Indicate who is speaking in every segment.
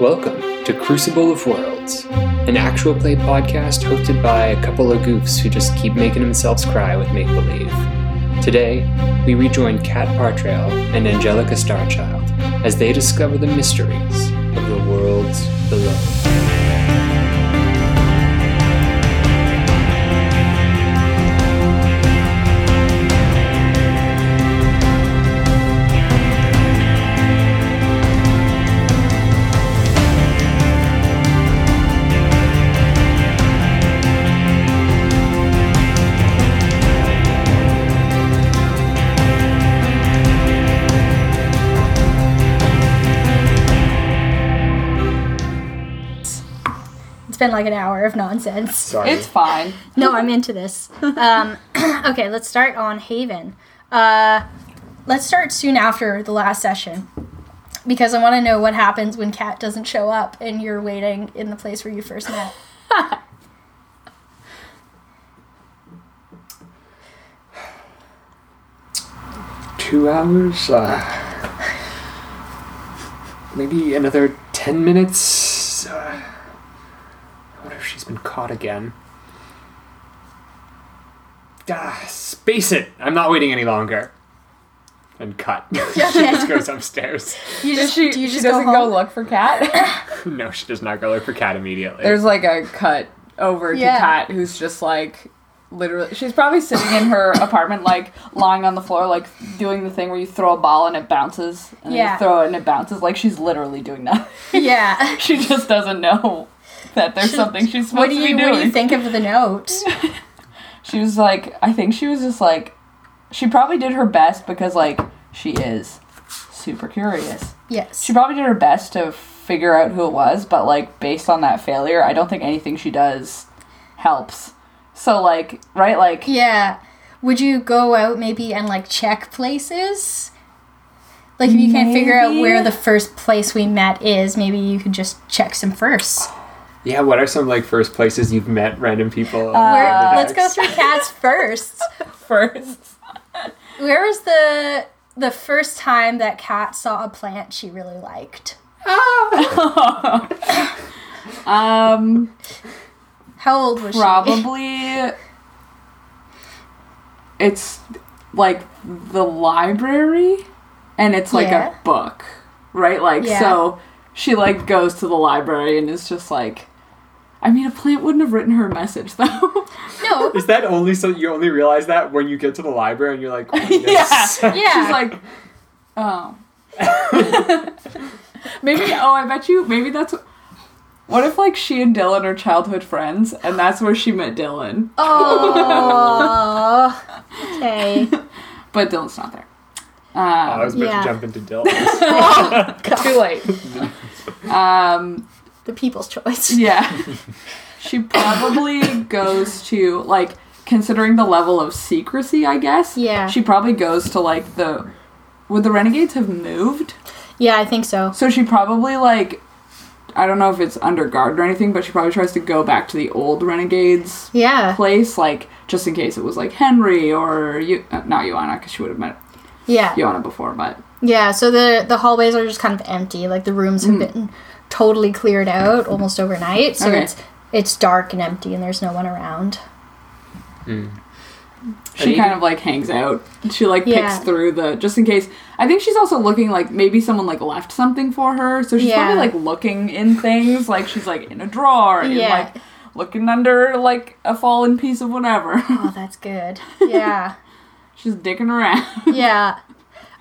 Speaker 1: Welcome to Crucible of Worlds, an actual play podcast hosted by a couple of goofs who just keep making themselves cry with make believe. Today, we rejoin Kat Partrail and Angelica Starchild as they discover the mysteries of the worlds below.
Speaker 2: It's been like an hour of nonsense.
Speaker 3: Sorry.
Speaker 4: It's fine.
Speaker 2: No, I'm into this. Um, okay, let's start on Haven. Uh, let's start soon after the last session because I want to know what happens when Kat doesn't show up and you're waiting in the place where you first met.
Speaker 3: two hours. Uh, maybe another ten minutes. Uh, I wonder if she's been caught again. Ah, space it! I'm not waiting any longer. And cut. she just goes upstairs.
Speaker 2: You
Speaker 4: Does
Speaker 2: just,
Speaker 4: she,
Speaker 2: do you
Speaker 4: she
Speaker 2: just go
Speaker 4: doesn't go,
Speaker 2: home?
Speaker 4: look for Kat.
Speaker 3: No, she does not go look for Cat immediately.
Speaker 4: There's like a cut over to
Speaker 2: Yeah.
Speaker 4: Kat who's just like literally she's probably sitting in her apartment like lying on the floor like doing the thing where you throw a ball and it bounces and then
Speaker 2: Yeah.
Speaker 4: you throw it and it bounces like she's literally doing that.
Speaker 2: yeah.
Speaker 4: she just doesn't know that there's something she's supposed
Speaker 2: What do you
Speaker 4: to be
Speaker 2: what
Speaker 4: doing.
Speaker 2: do you think of the note?
Speaker 4: She was like I think she was just like she probably did her best because like she is super curious.
Speaker 2: Yes.
Speaker 4: She probably did her best to figure out who it was, but like based on that failure, I don't think anything she does helps. So like, right, like
Speaker 2: Yeah. Would you go out maybe and like check places? Like if you can't figure out
Speaker 4: Maybe.
Speaker 2: where the first place we met is, maybe you could just check some first.
Speaker 3: yeah, what are some like first places you've met random people? on
Speaker 2: Where,
Speaker 3: the
Speaker 2: Uh, let's go
Speaker 3: decks?
Speaker 2: through cats first.
Speaker 4: first.
Speaker 2: Where was the the first time that Kat saw a plant she really liked?
Speaker 4: Ah. Um,
Speaker 2: How old was she?
Speaker 4: probably it's like the library, and it's like
Speaker 2: Yeah.
Speaker 4: a book, right? Like
Speaker 2: Yeah.
Speaker 4: so, she like goes to the library and is just like, I mean, a plant wouldn't have written her message though.
Speaker 2: No.
Speaker 3: Is that only so you only realize that when you get to the library and you're like, oh, yes.
Speaker 4: yeah.
Speaker 2: Yeah.
Speaker 4: She's like, oh. maybe, oh, I bet you, maybe that's. What if, like, she and Dylan are childhood friends and that's where she met Dylan?
Speaker 2: Oh. Okay.
Speaker 4: But Dylan's not there. Um,
Speaker 3: I was about
Speaker 2: Yeah.
Speaker 3: to jump into Dylan.
Speaker 4: too late. um,
Speaker 2: The people's choice.
Speaker 4: yeah. she probably goes to, like, considering the level of secrecy, I guess.
Speaker 2: Yeah.
Speaker 4: She probably goes to, like, the. Would the Renegades have moved?
Speaker 2: Yeah, I think so.
Speaker 4: So she probably like I don't know if it's under guard or anything, but she probably tries to go back to the old Renegades
Speaker 2: Yeah.
Speaker 4: place, like just in case it was like Henry or you, uh, not Joanna, because she would have met
Speaker 2: Yeah.
Speaker 4: Joanna before. But
Speaker 2: Yeah, so the the hallways are just kind of empty. Like the rooms
Speaker 4: Hmm.
Speaker 2: have been totally cleared out almost overnight. So
Speaker 4: Okay.
Speaker 2: it's it's dark and empty and there's no one around.
Speaker 4: she
Speaker 3: you-
Speaker 4: kind of like hangs out. She like
Speaker 2: Yeah.
Speaker 4: picks through the just in case. I think she's also looking like maybe someone like left something for her, so she's
Speaker 2: Yeah.
Speaker 4: probably like looking in things, like she's like in a drawer, and
Speaker 2: Yeah.
Speaker 4: like looking under like a fallen piece of whatever.
Speaker 2: Oh, that's good. Yeah.
Speaker 4: she's dicking around.
Speaker 2: yeah.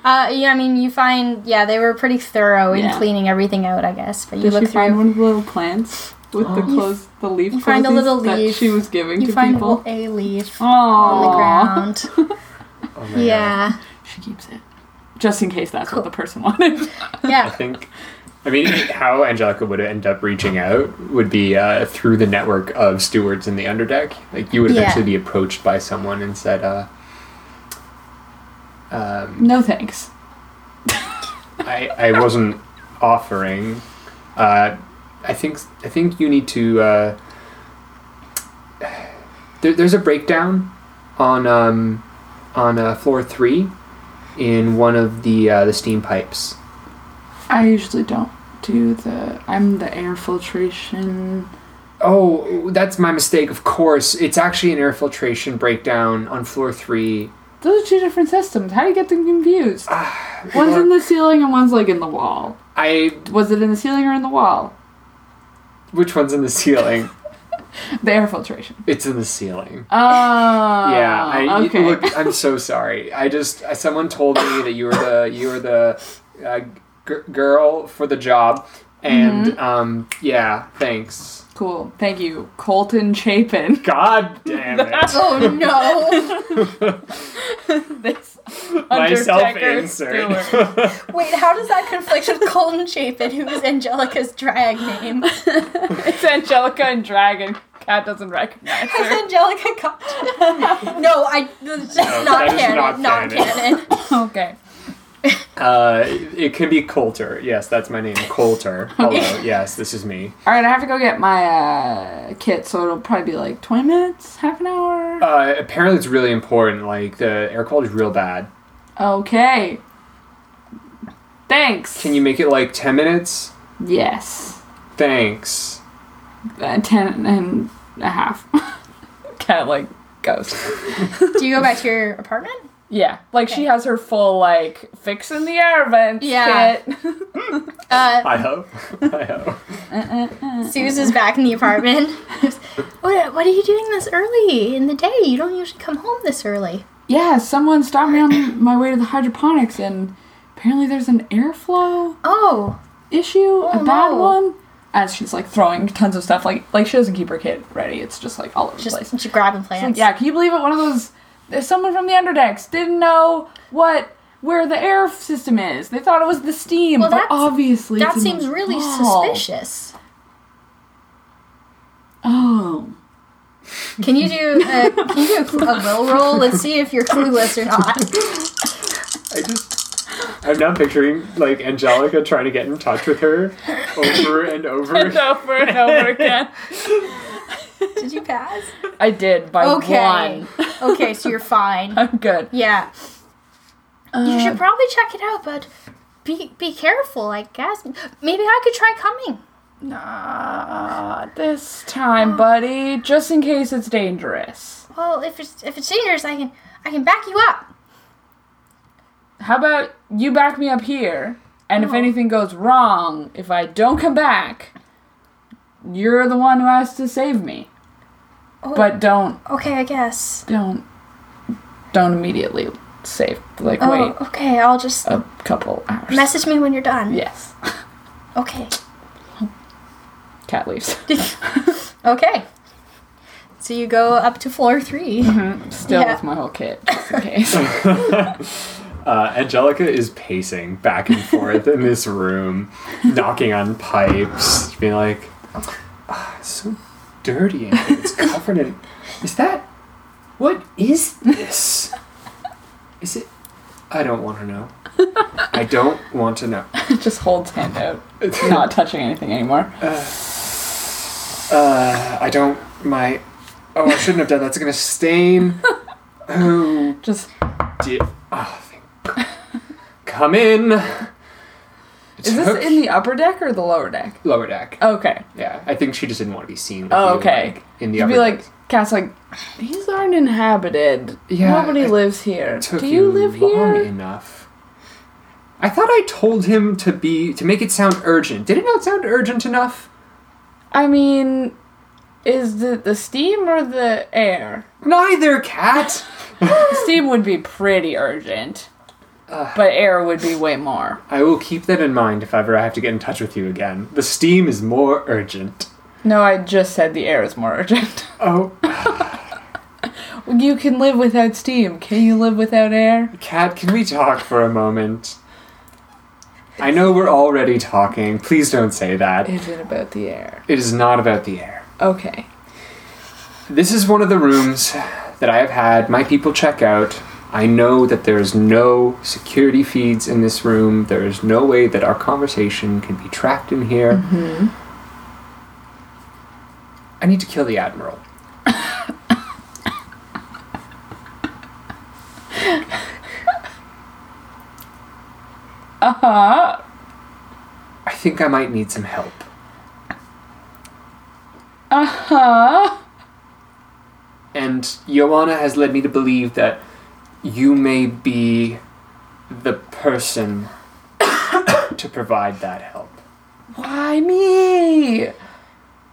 Speaker 2: Uh, yeah, I mean, you find, yeah, they were pretty thorough in
Speaker 4: Yeah.
Speaker 2: cleaning everything out, I guess. But you
Speaker 4: Did
Speaker 2: look
Speaker 4: she
Speaker 2: through.
Speaker 4: find one of the little plants with the clothes, the leaf
Speaker 2: you find a
Speaker 4: closies
Speaker 2: little
Speaker 4: that
Speaker 2: leaf.
Speaker 4: she was giving
Speaker 2: you
Speaker 4: to
Speaker 2: find
Speaker 4: people?
Speaker 2: a leaf
Speaker 4: Oh,
Speaker 2: on the ground.
Speaker 3: Oh my God.
Speaker 2: yeah.
Speaker 4: she keeps it just in case that's what the person wanted.
Speaker 3: I
Speaker 2: Yeah.
Speaker 3: think. I mean, how Angelica would end up reaching out would be uh, through the network of stewards in the underdeck. Like, you would
Speaker 2: Yeah.
Speaker 3: eventually be approached by someone and said, uh, um,
Speaker 4: no thanks.
Speaker 3: I, I wasn't offering. Uh, I think I think you need to. Uh, there, there's a breakdown on um, on uh, floor three in one of the uh, the steam pipes.
Speaker 4: I usually don't do the. I'm the air filtration.
Speaker 3: Oh, that's my mistake. Of course, it's actually an air filtration breakdown on floor three.
Speaker 4: Those are two different systems. How do you get them confused?
Speaker 3: Ah,
Speaker 4: One's
Speaker 3: Laura-
Speaker 4: in the ceiling and one's like in the wall.
Speaker 3: I.
Speaker 4: Was it in the ceiling or in the wall?
Speaker 3: Which one's in the ceiling?
Speaker 4: The air filtration.
Speaker 3: It's in the ceiling.
Speaker 4: Oh.
Speaker 3: Yeah, I,
Speaker 4: Yeah.
Speaker 3: you-
Speaker 4: Okay.
Speaker 3: look, I'm so sorry. I just I, someone told me that you were the you were the uh, g- girl for the job, and um, yeah, thanks.
Speaker 4: cool. Thank you, Colton Chapin.
Speaker 3: God damn it!
Speaker 2: Oh no!
Speaker 4: this
Speaker 3: Myself
Speaker 4: Undertaker
Speaker 3: insert.
Speaker 4: Stewart.
Speaker 2: Wait, how does that conflict with Colton Chapin, who is Angelica's drag name?
Speaker 4: It's Angelica and Dragon. Cat doesn't recognize
Speaker 2: It's
Speaker 4: her.
Speaker 2: Angelica Compton. No, I. That's not
Speaker 3: that is
Speaker 2: canon.
Speaker 3: not
Speaker 2: Not
Speaker 3: canon.
Speaker 2: canon.
Speaker 4: okay.
Speaker 3: Uh, it can be Coulter. Yes, that's my name, Coulter. Hello. Yes, this is me.
Speaker 4: All right, I have to go get my uh, kit, so it'll probably be like twenty minutes, half an hour.
Speaker 3: Uh, apparently, it's really important. Like the air quality is real bad.
Speaker 4: Okay. Thanks.
Speaker 3: Can you make it like ten minutes?
Speaker 4: Yes.
Speaker 3: Thanks.
Speaker 4: Uh, ten and a half. Cat like goes.
Speaker 2: Do you go back to your apartment?
Speaker 4: Yeah, like she has her full like fix in the air vents
Speaker 2: Yeah.
Speaker 4: kit.
Speaker 2: Uh,
Speaker 3: I hope. I hope.
Speaker 2: Suze is back in the apartment. what, what are you doing this early in the day? You don't usually come home this early.
Speaker 4: yeah, someone stopped me on my way to the hydroponics, and apparently there's an airflow.
Speaker 2: Oh,
Speaker 4: issue, a
Speaker 2: Oh,
Speaker 4: bad
Speaker 2: no.
Speaker 4: one. As she's like throwing tons of stuff, like like she doesn't keep her kid ready. It's just like all over the place.
Speaker 2: just, just grabbing plants.
Speaker 4: yeah, can you believe it? One of those. There's someone from the underdecks didn't know what where the air system is. They thought it was the steam,
Speaker 2: Well,
Speaker 4: but
Speaker 2: that's-
Speaker 4: obviously
Speaker 2: That
Speaker 4: it's in the
Speaker 2: seems really
Speaker 4: wall.
Speaker 2: suspicious.
Speaker 4: Oh,
Speaker 2: Can you do a, can you do a, cl- a will roll? Let's see if you're clueless or not.
Speaker 3: I just. I'm now picturing like Angelica trying to get in touch with her over and over.
Speaker 4: over and over again.
Speaker 2: Did you pass?
Speaker 4: I did by
Speaker 2: Okay.
Speaker 4: one.
Speaker 2: Okay, so you're fine.
Speaker 4: I'm good.
Speaker 2: Yeah. You
Speaker 4: Uh,
Speaker 2: should probably check it out, but be be careful, I guess. Maybe I could try coming.
Speaker 4: Nah, Ah, this time,
Speaker 2: Ah.
Speaker 4: buddy. Just in case it's dangerous.
Speaker 2: Well, if it's if it's dangerous, I can I can back you up.
Speaker 4: How about you back me up here? And if
Speaker 2: No.
Speaker 4: anything goes wrong, if I don't come back, you're the one who has to save me.
Speaker 2: Oh,
Speaker 4: But don't,
Speaker 2: okay, I guess.
Speaker 4: don't, don't immediately save. Like,
Speaker 2: Oh,
Speaker 4: wait Uh,
Speaker 2: okay. I'll just
Speaker 4: a couple hours.
Speaker 2: message me when you're done.
Speaker 4: yes.
Speaker 2: Okay.
Speaker 4: Cat leaves.
Speaker 2: Okay. So you go up to floor three.
Speaker 4: Still
Speaker 2: Yeah.
Speaker 4: with my whole kit, just in case.
Speaker 3: Uh, Angelica is pacing back and forth in this room, knocking on pipes, being like, "Ah, it's so dirty in here. It's covered in. Is that. What is this? Is it. I don't want to know. I don't want to know.
Speaker 4: just holds hand out, not touching anything anymore.
Speaker 3: Uh, I don't. My. Oh, I shouldn't have done that. It's gonna stain. Oh,
Speaker 4: Just
Speaker 3: dear. Oh, thank God. Come in.
Speaker 4: is this in the upper deck or the lower deck?
Speaker 3: lower deck?
Speaker 4: Okay.
Speaker 3: Yeah, I think she just didn't want to be seen. with
Speaker 4: Oh,
Speaker 3: you,
Speaker 4: okay.
Speaker 3: like, in the
Speaker 4: You'd
Speaker 3: upper
Speaker 4: be like,
Speaker 3: deck.
Speaker 4: Cat's like, these aren't inhabited.
Speaker 3: Yeah,
Speaker 4: Nobody
Speaker 3: it
Speaker 4: lives here.
Speaker 3: Took
Speaker 4: Do you live
Speaker 3: long
Speaker 4: here?
Speaker 3: enough. I thought I told him to be to make it sound urgent. Did it not sound urgent enough?
Speaker 4: I mean, is it the steam or the air?
Speaker 3: Neither, cat.
Speaker 4: steam would be pretty urgent, but air would be way more.
Speaker 3: I will keep that in mind if ever I have to get in touch with you again. The steam is more urgent.
Speaker 4: No, I just said the air is more urgent.
Speaker 3: Oh,
Speaker 4: you can live without steam. Can you live without air?
Speaker 3: Kat, can we talk for a moment? I know we're already talking. Please don't say that.
Speaker 4: Is it about the air?
Speaker 3: It is not about the air.
Speaker 4: Okay.
Speaker 3: This is one of the rooms that I have had my people check out. I know that there's no security feeds in this room. There is no way that our conversation can be tracked in here. I need to kill the Admiral.
Speaker 4: Uh huh.
Speaker 3: I think I might need some help.
Speaker 4: Uh huh.
Speaker 3: And Joanna has led me to believe that you may be the person to provide that help.
Speaker 4: Why me?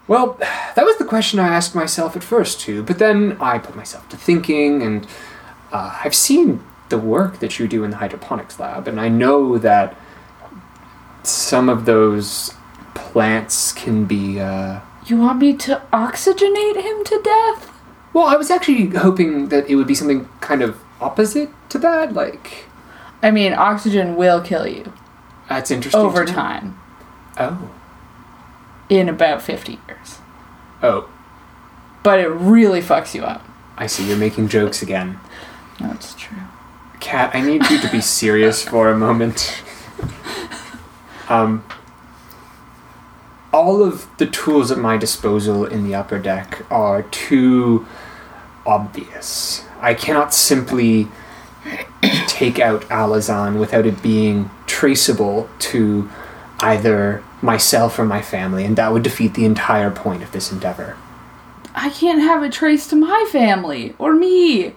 Speaker 3: Well, that was the question I asked myself at first, too, but then I put myself to thinking, and uh, I've seen the work that you do in the hydroponics lab, and I know that some of those plants can be. Uh,
Speaker 4: You want me to oxygenate him to death?
Speaker 3: well, I was actually hoping that it would be something kind of opposite to that. Like,
Speaker 4: I mean, oxygen will kill you
Speaker 3: that's interesting. to
Speaker 4: over
Speaker 3: know.
Speaker 4: time
Speaker 3: Oh.
Speaker 4: in about 50 years.
Speaker 3: Oh,
Speaker 4: But it really fucks you up.
Speaker 3: I see. You're making jokes again.
Speaker 4: That's true.
Speaker 3: Kat, I need you to be serious for a moment. Um, all of the tools at my disposal in the upper deck are too obvious. I cannot simply take out Alazan without it being traceable to either myself or my family, and that would defeat the entire point of this endeavor.
Speaker 4: I can't have it traced to my family or me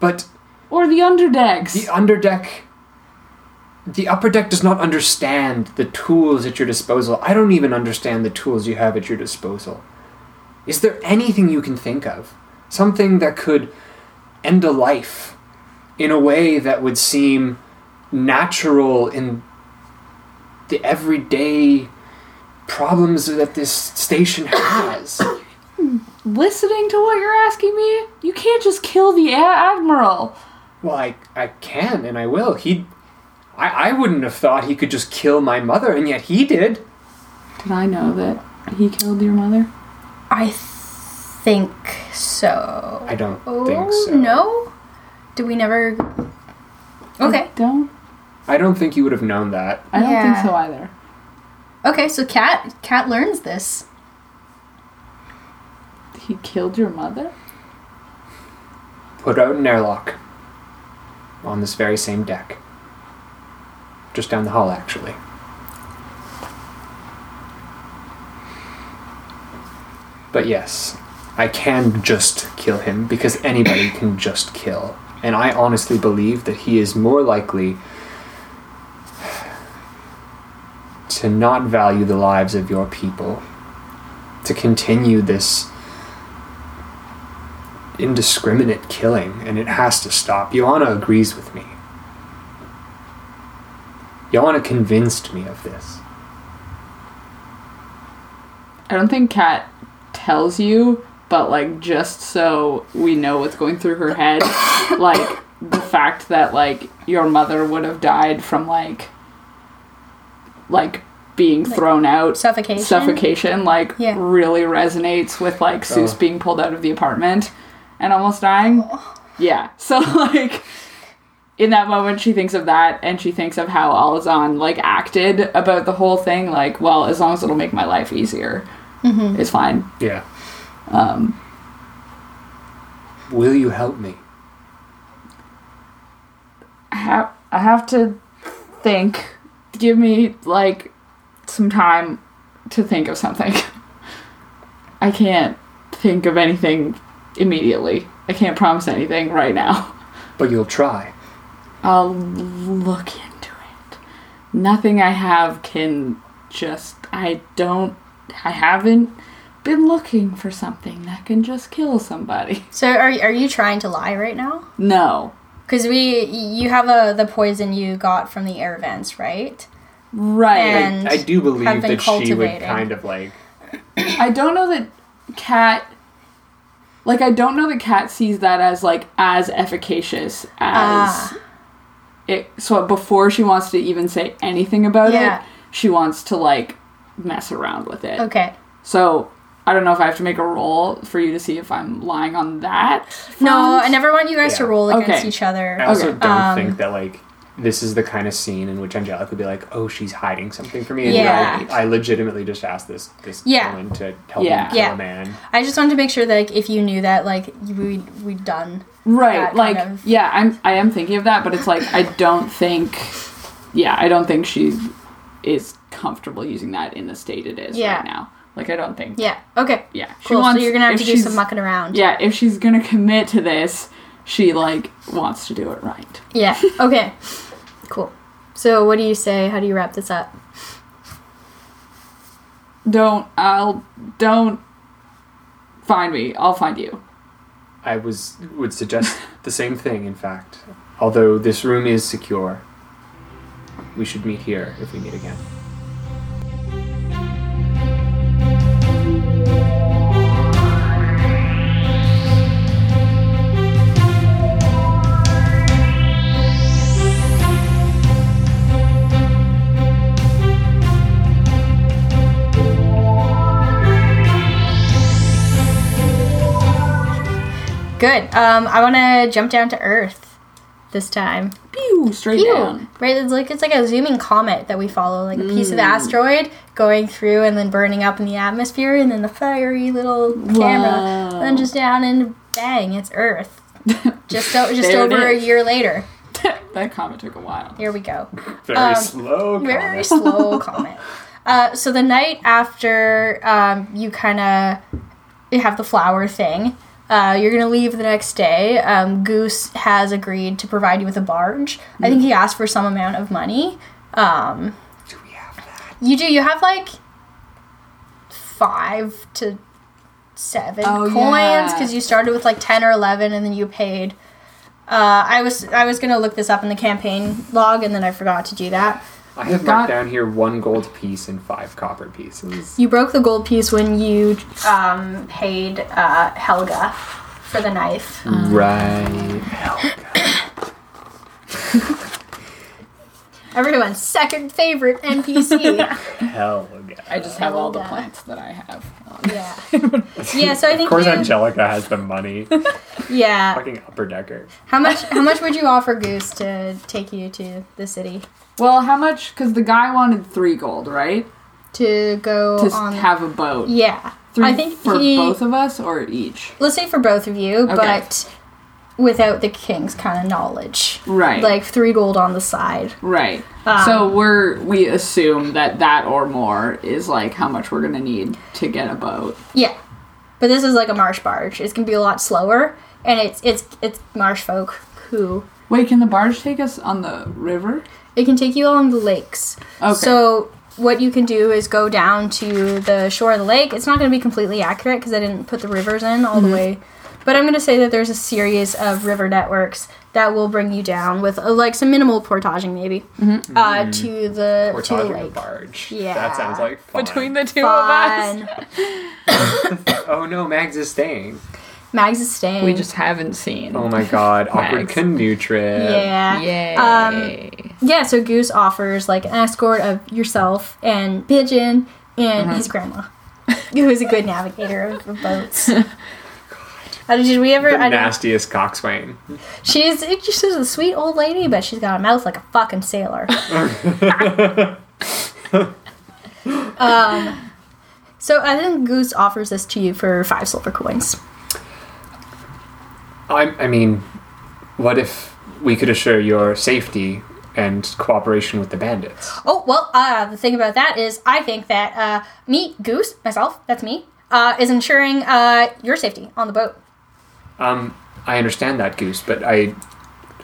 Speaker 3: But
Speaker 4: or the underdecks.
Speaker 3: The underdeck. The upper deck does not understand the tools at your disposal. I don't even understand the tools you have at your disposal. Is there anything you can think of? Something that could end a life in a way that would seem natural in the everyday problems that this station has?
Speaker 4: Listening to what you're asking me, you can't just kill the a- admiral.
Speaker 3: Well, I, I can and I will. He. I, I wouldn't have thought he could just kill my mother, and yet he did.
Speaker 4: Did I know that he killed your mother?
Speaker 2: I think so.
Speaker 3: I don't
Speaker 2: Oh
Speaker 3: think so.
Speaker 2: no! Do we never? Okay.
Speaker 4: I don't.
Speaker 3: I don't think you would have known that.
Speaker 4: I don't
Speaker 2: Yeah.
Speaker 4: think so either.
Speaker 2: Okay. So Cat Cat learns this.
Speaker 4: He killed your mother?
Speaker 3: Put out an airlock on this very same deck. Just down the hall, actually. But yes, I can just kill him because anybody can just kill. And I honestly believe that he is more likely to not value the lives of your people, to continue this indiscriminate killing, and it has to stop. Joanna agrees with me. Joanna convinced me of this.
Speaker 4: I don't think Kat tells you, but like just so we know what's going through her head, like the fact that like your mother would have died from like like being thrown out
Speaker 2: Suffocation?
Speaker 4: suffocation like
Speaker 2: Yeah.
Speaker 4: really resonates with like Seuss
Speaker 3: Oh.
Speaker 4: being pulled out of the apartment and almost dying.
Speaker 2: Oh.
Speaker 4: Yeah. So like in that moment she thinks of that and she thinks of how Alazan like acted about the whole thing like well as long as it'll make my life easier
Speaker 2: Mm-hmm.
Speaker 4: it's fine
Speaker 3: Yeah. Um. Will you help me?
Speaker 4: I have, I have to think give me like some time to think of something I can't think of anything immediately I can't promise anything right now
Speaker 3: But you'll try.
Speaker 4: I'll look into it. Nothing I have can just. I don't. I haven't been looking for something that can just kill somebody.
Speaker 2: So are are you trying to lie right now?
Speaker 4: No.
Speaker 2: Because we you have a the poison you got from the air vents, right?
Speaker 4: Right.
Speaker 2: And
Speaker 3: I do believe
Speaker 2: have been
Speaker 3: that she would
Speaker 2: cultivating.
Speaker 3: kind of like.
Speaker 4: I don't know that Cat. Like, I don't know that Cat sees that as, like, as efficacious as.
Speaker 2: Ah.
Speaker 4: It, so before she wants to even say anything about
Speaker 2: Yeah.
Speaker 4: it, she wants to, like, mess around with it.
Speaker 2: Okay.
Speaker 4: So I don't know if I have to make a roll for you to see if I'm lying on that.
Speaker 2: No,
Speaker 4: front.
Speaker 2: I never want you guys to
Speaker 3: Yeah.
Speaker 2: roll against
Speaker 4: Okay.
Speaker 2: each other.
Speaker 3: I also
Speaker 4: Okay.
Speaker 3: don't
Speaker 2: um,
Speaker 3: think that like this is the kind of scene in which Angelica would be like, "Oh, she's hiding something from me." And
Speaker 2: Yeah.
Speaker 3: like, I legitimately just asked this this
Speaker 2: Yeah.
Speaker 3: woman to help
Speaker 4: Yeah.
Speaker 3: me kill
Speaker 2: Yeah.
Speaker 3: a man.
Speaker 2: I just wanted to make sure that like, if you knew that, like you- we we done.
Speaker 4: right,
Speaker 2: that
Speaker 4: like
Speaker 2: kind of-
Speaker 4: yeah, I'm I am thinking of that, but it's like I don't think, yeah, I don't think she is comfortable using that in the state it is
Speaker 2: Yeah.
Speaker 4: right now. Like I don't think.
Speaker 2: Yeah. Okay.
Speaker 4: Yeah.
Speaker 2: Cool. so you're gonna have
Speaker 4: if
Speaker 2: to do some
Speaker 4: she's-
Speaker 2: mucking around.
Speaker 4: Yeah, if she's gonna commit to this, she like wants to do it right.
Speaker 2: Yeah. Okay. cool. So what do you say? How do you wrap this up?
Speaker 4: Don't I'll don't find me. I'll find you.
Speaker 3: I was would suggest the same thing. In fact, although this room is secure, we should meet here if we meet again.
Speaker 2: Good. Um, I want to jump down to Earth this time.
Speaker 4: Pew straight down.
Speaker 2: Right. It's like it's like a zooming comet that we follow, like a piece
Speaker 4: Mm.
Speaker 2: of asteroid going through and then burning up in the atmosphere, and then the fiery little camera, and then
Speaker 4: Wow.
Speaker 2: just down and bang, it's Earth. Just o- just
Speaker 4: There it
Speaker 2: over a
Speaker 4: is.
Speaker 2: year later.
Speaker 4: that comment took a while.
Speaker 2: Here we go.
Speaker 3: Very
Speaker 2: Um,
Speaker 3: slow.
Speaker 2: very
Speaker 3: comment.
Speaker 2: slow comment. Uh, so the night after um, you kind of you have the flower thing, uh, you're gonna leave the next day. Um, Goose has agreed to provide you with a barge. I
Speaker 4: Mm.
Speaker 2: think he asked for some amount of money. Um,
Speaker 3: Do we have that?
Speaker 2: you do. You have like five to seven
Speaker 4: Oh,
Speaker 2: coins
Speaker 4: yeah.
Speaker 2: because you started with like ten or eleven, and then you paid. Uh, I was I was gonna look this up in the campaign log, and then I forgot to do that.
Speaker 3: I have
Speaker 4: got-
Speaker 3: marked down here one gold piece and five copper pieces.
Speaker 2: You broke the gold piece when you um, paid uh, Helga for the knife.
Speaker 3: Right.
Speaker 2: Everyone's second favorite NPC.
Speaker 3: Hell yeah.
Speaker 4: I just have all the
Speaker 2: Yeah.
Speaker 4: plants that I have.
Speaker 2: yeah. Yeah. So I think.
Speaker 3: Of course,
Speaker 2: you-
Speaker 3: Angelica has the money.
Speaker 2: yeah.
Speaker 3: Fucking upper decker.
Speaker 2: How much? How much would you offer Goose to take you to the city
Speaker 4: Well, how much? Because the guy wanted three gold, right?
Speaker 2: to go
Speaker 4: To s-
Speaker 2: on?
Speaker 4: have a boat.
Speaker 2: um, yeah.
Speaker 4: Three
Speaker 2: I think
Speaker 4: for
Speaker 2: he.
Speaker 4: both of us or each.
Speaker 2: Let's say for both of you,
Speaker 4: Okay.
Speaker 2: but without the king's kind of knowledge.
Speaker 4: Right.
Speaker 2: Like three gold on the side.
Speaker 4: Right.
Speaker 2: Um,
Speaker 4: so we're we assume that that or more is like how much we're gonna need to get a boat.
Speaker 2: Yeah, but this is like a marsh barge. It's gonna be a lot slower, and it's it's it's marsh folk who
Speaker 4: Wait, can the barge take us on the river?
Speaker 2: it can take you along the lakes.
Speaker 4: Okay.
Speaker 2: So what you can do is go down to the shore of the lake. It's not gonna be completely accurate because I didn't put the rivers in all the way, but I'm gonna say that there's a series of river networks that will bring you down with uh, like some minimal portaging maybe uh, to the
Speaker 3: We're
Speaker 2: to the
Speaker 3: talking a
Speaker 2: lake.
Speaker 3: barge.
Speaker 2: Yeah.
Speaker 3: That sounds like fun.
Speaker 4: the two
Speaker 2: Fun.
Speaker 3: Oh no, Mags is staying.
Speaker 2: Mags is staying.
Speaker 5: We just haven't seen.
Speaker 3: Oh my god, awkward
Speaker 5: Mags.
Speaker 3: canoe trip.
Speaker 2: yeah. Um,
Speaker 5: Yay.
Speaker 4: Um,
Speaker 2: Yeah, so Goose offers like an escort of yourself and Pigeon and his grandma, who is a good navigator of, of boats. Uh, did we ever?
Speaker 3: The
Speaker 2: I don't,
Speaker 3: nastiest coxswain.
Speaker 2: she's it's just a sweet old lady, but she's got a mouth like a fucking sailor. um, so I think Goose offers this to you for five silver coins.
Speaker 3: I, I mean, what if we could assure your safety and cooperation with the bandits?
Speaker 2: Oh well, uh, the thing about that is, I think that uh, me, Goose, myself, that's me, uh, is ensuring uh, your safety on the boat.
Speaker 3: Um, I understand that, Goose, but I,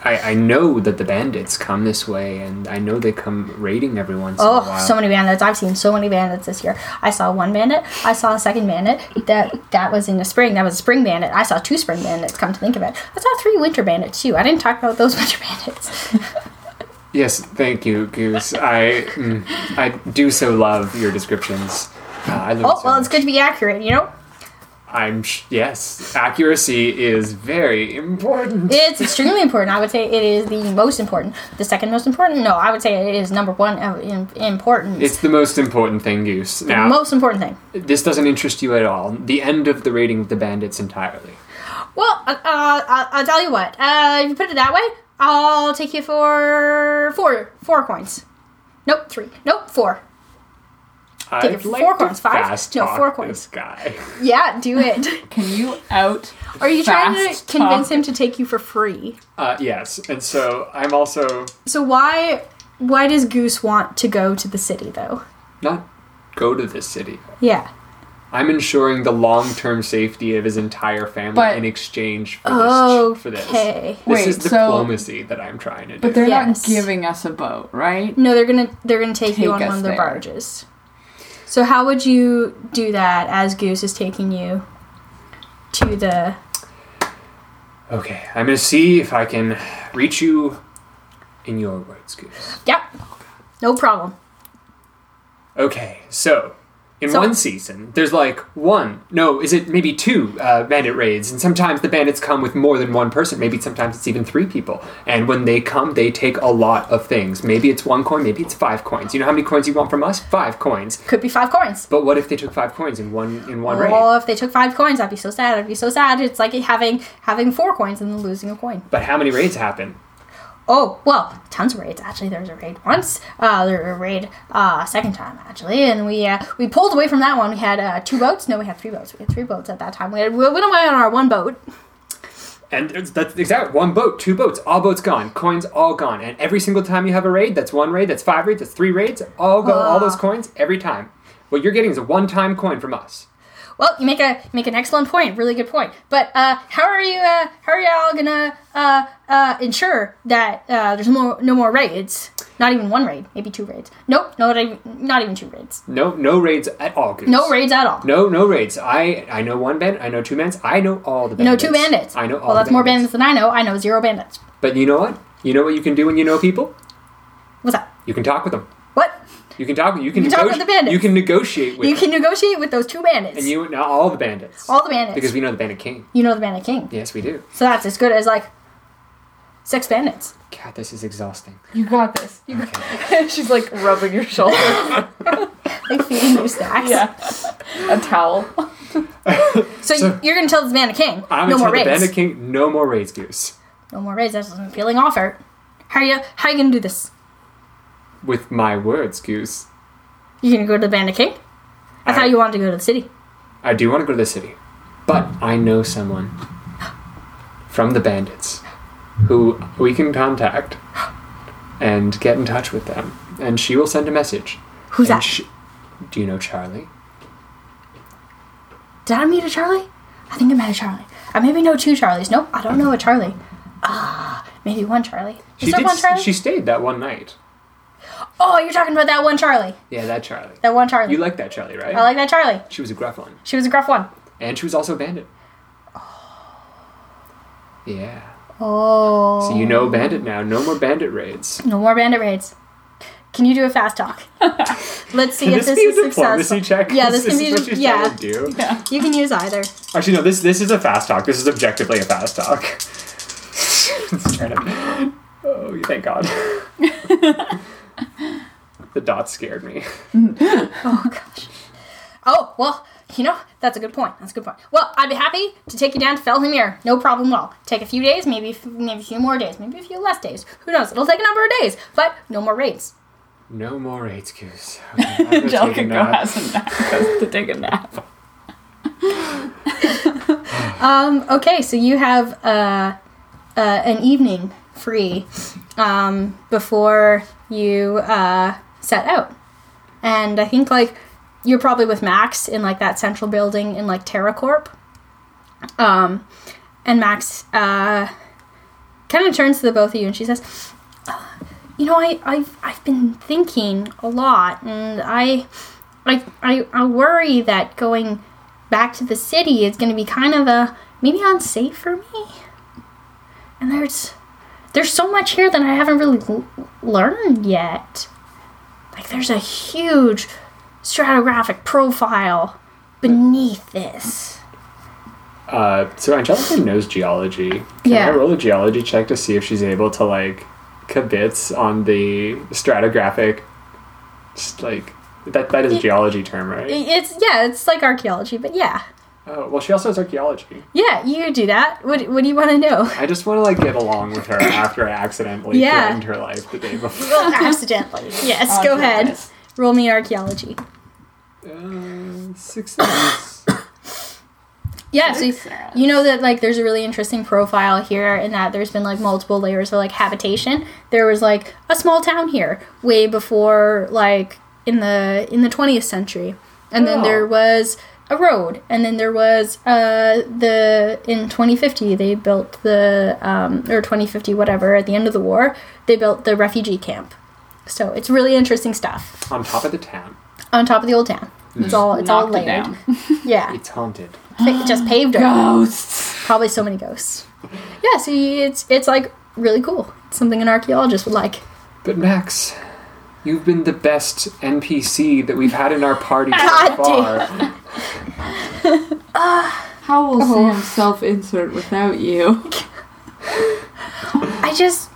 Speaker 3: I, I know that the bandits come this way, and I know they come raiding every once in a
Speaker 2: Oh,
Speaker 3: while.
Speaker 2: so many bandits! I've seen so many bandits this year. I saw one bandit. I saw a second bandit. That that was in the spring. That was a spring bandit. I saw two spring bandits. Come to think of it, I saw three winter bandits too. I didn't talk about those winter bandits.
Speaker 3: Yes, thank you, Goose. I, mm, I do so love your descriptions. Uh, I love it
Speaker 2: Oh
Speaker 3: so
Speaker 2: well, it's
Speaker 3: much.
Speaker 2: good to be accurate, you know.
Speaker 3: I'm sh- yes, accuracy is very important.
Speaker 2: It's extremely important. I would say it is the most important. The second most important? No, I would say it is number one of in, importance.
Speaker 3: It's the most important thing, Goose.
Speaker 2: the
Speaker 3: Now,
Speaker 2: most important thing.
Speaker 3: this doesn't interest you at all. The end of the raiding of the bandits entirely.
Speaker 2: Well, uh, uh, I'll, I'll tell you what. Uh, if you put it that way, I'll take you for four four coins. Nope, three. Nope, four. Take
Speaker 3: I'd
Speaker 2: it
Speaker 3: like
Speaker 2: four
Speaker 3: to
Speaker 2: coins, five?
Speaker 3: fast
Speaker 2: No,
Speaker 3: talk
Speaker 2: four coins.
Speaker 3: This guy.
Speaker 2: Yeah, do it.
Speaker 4: Can you out?
Speaker 2: Are you trying to
Speaker 4: fast
Speaker 2: convince
Speaker 4: talk?
Speaker 2: him to take you for free?
Speaker 3: Uh, yes, and so I'm also
Speaker 2: So why why does Goose want to go to the city though?
Speaker 3: not go to this city.
Speaker 2: Yeah.
Speaker 3: I'm ensuring the long term safety of his entire family
Speaker 4: But-
Speaker 3: in exchange for this. For this. This
Speaker 2: Okay.
Speaker 3: is
Speaker 4: Wait, so-
Speaker 3: diplomacy that I'm trying to do.
Speaker 4: But they're
Speaker 2: Yes.
Speaker 4: not giving us a boat, right?
Speaker 2: No, they're gonna they're gonna take, you
Speaker 4: Take
Speaker 2: on
Speaker 4: us
Speaker 2: one of their
Speaker 4: there.
Speaker 2: barges. So how would you do that as Goose is taking you to the
Speaker 3: Okay, I'm gonna see if I can reach you in your words, Goose.
Speaker 2: Yep. No problem.
Speaker 3: Okay, so in
Speaker 2: So-
Speaker 3: one season, there's like one, no, is it maybe two uh, bandit raids? And sometimes the bandits come with more than one person. Maybe sometimes it's even three people. And when they come, they take a lot of things. Maybe it's one coin, maybe it's five coins. You know how many coins you want from us? Five coins.
Speaker 2: Could be five coins.
Speaker 3: But what if they took five coins in one in one raid?
Speaker 2: Oh, if they took five coins, I'd be so sad. I'd be so sad. It's like having having four coins and then losing a coin.
Speaker 3: But how many raids happen?
Speaker 2: Oh, well, tons of raids. Actually, there was a raid once. Uh, there was a raid uh, second time, actually. And we uh, we pulled away from that one. We had uh, two boats. No, we had three boats. We had three boats at that time. We, had, we went away on our one boat.
Speaker 3: And it's- that's exactly one boat, two boats, all boats gone, coins all gone. And every single time you have a raid, that's one raid, that's five raids, that's three raids, all go, all those coins every time. What you're getting is a one-time coin from us.
Speaker 2: Well, you make a you make an excellent point, really good point. But uh, how are you? Uh, how are y'all gonna uh, uh, ensure that uh, there's more no more raids? Not even one raid, maybe two raids. Nope, no, not even- not even two raids.
Speaker 3: No, no raids at all. Goose.
Speaker 2: No raids at all.
Speaker 3: No, no raids. I, I know one bandit. I know two bandits. I know all the
Speaker 2: No
Speaker 3: bandits.
Speaker 2: two bandits.
Speaker 3: I know all.
Speaker 2: Well, that's
Speaker 3: the
Speaker 2: more bandits than I know. I know zero bandits.
Speaker 3: But you know what? You know what you can do when you know people.
Speaker 2: What's up?
Speaker 3: You can talk with them.
Speaker 2: What?
Speaker 3: You can talk. You can
Speaker 2: You can talk
Speaker 3: negoti-
Speaker 2: with the bandits.
Speaker 3: You can negotiate with.
Speaker 2: You
Speaker 3: them.
Speaker 2: can negotiate with those two bandits.
Speaker 3: And you now all the bandits.
Speaker 2: all the bandits.
Speaker 3: because we know the bandit king.
Speaker 2: you know the bandit king.
Speaker 3: Yes, we do.
Speaker 2: So that's as good as like six bandits.
Speaker 3: God, this is exhausting.
Speaker 4: You got this. You got- She's like rubbing your shoulder.
Speaker 2: Like feeding you stacks.
Speaker 4: yeah. A towel.
Speaker 2: So,
Speaker 3: So-
Speaker 2: you- you're gonna tell this bandit king
Speaker 3: I'm gonna
Speaker 2: no more
Speaker 3: tell the
Speaker 2: raids.
Speaker 3: bandit king no more raids, Goose.
Speaker 2: No more raids. That's an appealing offer. How are you? How you gonna do this?
Speaker 3: With my words, Goose.
Speaker 2: You gonna go to the Bandit King? I, thought you wanted to go to the city.
Speaker 3: I do want to go to the city, but I know someone from the bandits who we can contact and get in touch with them, and she will send a message.
Speaker 2: Who's
Speaker 3: And
Speaker 2: that?
Speaker 3: she- do you know Charlie?
Speaker 2: Did I meet a Charlie? I think I met a Charlie. I maybe know two Charlies. Nope, I don't know a Charlie. Ah, maybe one Charlie. Is
Speaker 3: she
Speaker 2: there one
Speaker 3: s-
Speaker 2: Charlie?
Speaker 3: She stayed that one night.
Speaker 2: Oh, you're talking about that one Charlie.
Speaker 3: Yeah, that Charlie.
Speaker 2: That one Charlie.
Speaker 3: You like that Charlie, right?
Speaker 2: I like that Charlie.
Speaker 3: She was a gruff one,
Speaker 2: She was a gruff one.
Speaker 3: and she was also a bandit. Yeah.
Speaker 2: Oh.
Speaker 3: So you know bandit now. No more bandit raids.
Speaker 2: No more bandit raids. Can you do a fast talk? Let's see
Speaker 3: Can this,
Speaker 2: if this
Speaker 3: be a
Speaker 2: is successful.
Speaker 3: diplomacy check?
Speaker 2: Yeah, this,
Speaker 3: is
Speaker 2: can
Speaker 3: what
Speaker 2: be.
Speaker 3: she's
Speaker 2: Yeah,
Speaker 3: trying to do.
Speaker 2: you can use either.
Speaker 3: Actually, no. This this is a fast talk. This is objectively a fast talk. It's trying to- oh, thank God. the dot scared me.
Speaker 2: Oh gosh. Oh well, you know that's a good point. That's a good point. Well, I'd be happy to take you down to Felhimir. No problem at all. Take a few days, maybe f- maybe a few more days, maybe a few less days. Who knows? It'll take a number of days, but no more raids.
Speaker 3: No more raids, goose. Okay, I'm gonna take a
Speaker 4: Angelica
Speaker 3: nap.
Speaker 4: has a nap. Goes to take a nap.
Speaker 2: Um. Okay, so you have uh, uh an evening free, um, before you uh set out, and I think like you're probably with Max in like that central building in like TerraCorp. Um, and Max uh, kind of turns to the both of you and she says, "You know, I I've, I've been thinking a lot, and I I I, I worry that going back to the city is going to be kind of a maybe unsafe for me. And there's there's so much here that I haven't really l- learned yet. Like there's a huge stratigraphic profile beneath this."
Speaker 3: Uh, so Angelica knows geology. Can
Speaker 2: Yeah.
Speaker 3: I roll a geology check to see if she's able to like kibitz on the stratigraphic, just like that that is a geology term, right?
Speaker 2: It's yeah, it's like archaeology, but yeah,
Speaker 3: Oh, well, she also has archaeology.
Speaker 2: yeah, you could do that. What What do you want to know?
Speaker 3: I just want to like get along with her after I accidentally
Speaker 2: Yeah.
Speaker 3: threatened her life the day before.
Speaker 2: Well, accidentally. Yes, go ahead.
Speaker 4: Yes.
Speaker 2: Roll me archaeology.
Speaker 3: Uh, success.
Speaker 2: Yeah, so you,
Speaker 4: Success.
Speaker 2: you know that like there's a really interesting profile here in that there's been like multiple layers of like habitation. There was like a small town here way before like in the in the 20th century. And then there was a road, and then there was uh, the in 2050 they built the um, or 2050 whatever at the end of the war they built the refugee camp. So it's really interesting stuff
Speaker 3: On top of the town.
Speaker 2: on top of the old town. It's all it's all
Speaker 4: Knocked it
Speaker 2: layered.
Speaker 4: down.
Speaker 2: Yeah,
Speaker 3: It's haunted.
Speaker 2: Fa- just paved over.
Speaker 4: Ghosts.
Speaker 2: Probably so many ghosts. Yeah, so you- it's it's like really cool. It's something an archaeologist would like.
Speaker 3: But Max, you've been the best NPC that we've had in our party so
Speaker 2: God
Speaker 3: far.
Speaker 4: How will Sam self-insert without you?
Speaker 2: I just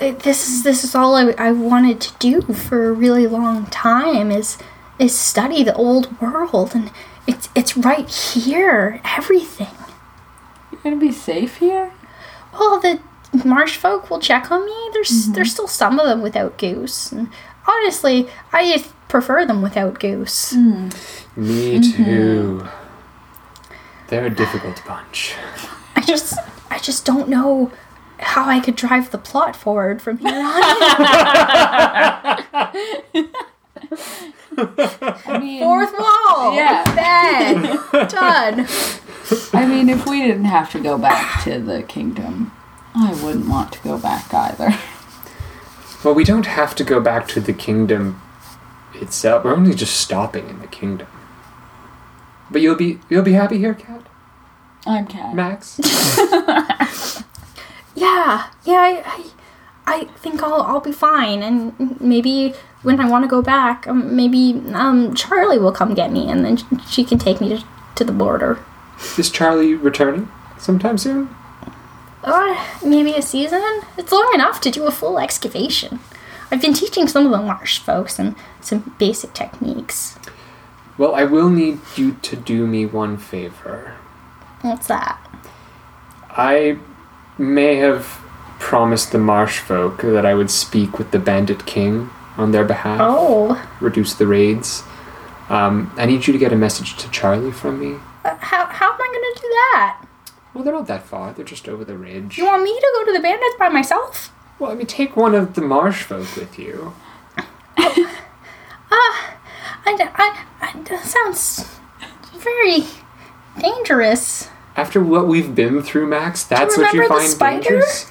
Speaker 2: it- this is this is all I, I wanted to do for a really long time is is study the old world and it's it's right here everything.
Speaker 4: You're gonna be safe here.
Speaker 2: Well, the marsh folk will check on me. There's there's still some of them without goose, and honestly, I prefer them without goose.
Speaker 3: Me
Speaker 2: Mm-hmm.
Speaker 3: too. They're a difficult bunch.
Speaker 2: I just I just don't know how I could drive the plot forward from here on.
Speaker 4: I mean,
Speaker 2: Fourth wall.
Speaker 4: Yeah.
Speaker 2: Bad. Done.
Speaker 4: I mean, if we didn't have to go back to the kingdom, I wouldn't want to go back either.
Speaker 3: Well, we don't have to go back to the kingdom itself. We're only just stopping in the kingdom. But you'll be you'll be happy here, Cat.
Speaker 4: I'm Cat.
Speaker 3: Max.
Speaker 2: Yeah. Yeah. I I, I think I'll I'll be fine, and maybe when I want to go back, um, maybe um Charlie will come get me, and then sh- she can take me to to the border.
Speaker 3: Is Charlie returning sometime soon?
Speaker 2: Or maybe a season? It's long enough to do a full excavation. I've been teaching some of the marsh folks some, some basic techniques.
Speaker 3: Well, I will need you to do me one favor.
Speaker 2: What's that?
Speaker 3: I may have promised the marsh folk that I would speak with the bandit king on their behalf,
Speaker 2: Oh,
Speaker 3: reduce the raids. Um, I need you to get a message to Charlie from me.
Speaker 2: uh, how, how am I gonna do that?
Speaker 3: Well, they're not that far. They're just over the ridge.
Speaker 2: You want me to go to the bandits by myself?
Speaker 3: Well, I mean, take one of the marsh folk with you.
Speaker 2: I, d- I- I- that sounds very dangerous.
Speaker 3: After what we've been through, Max, that's what you
Speaker 2: remember the
Speaker 3: find
Speaker 2: spider?
Speaker 3: dangerous.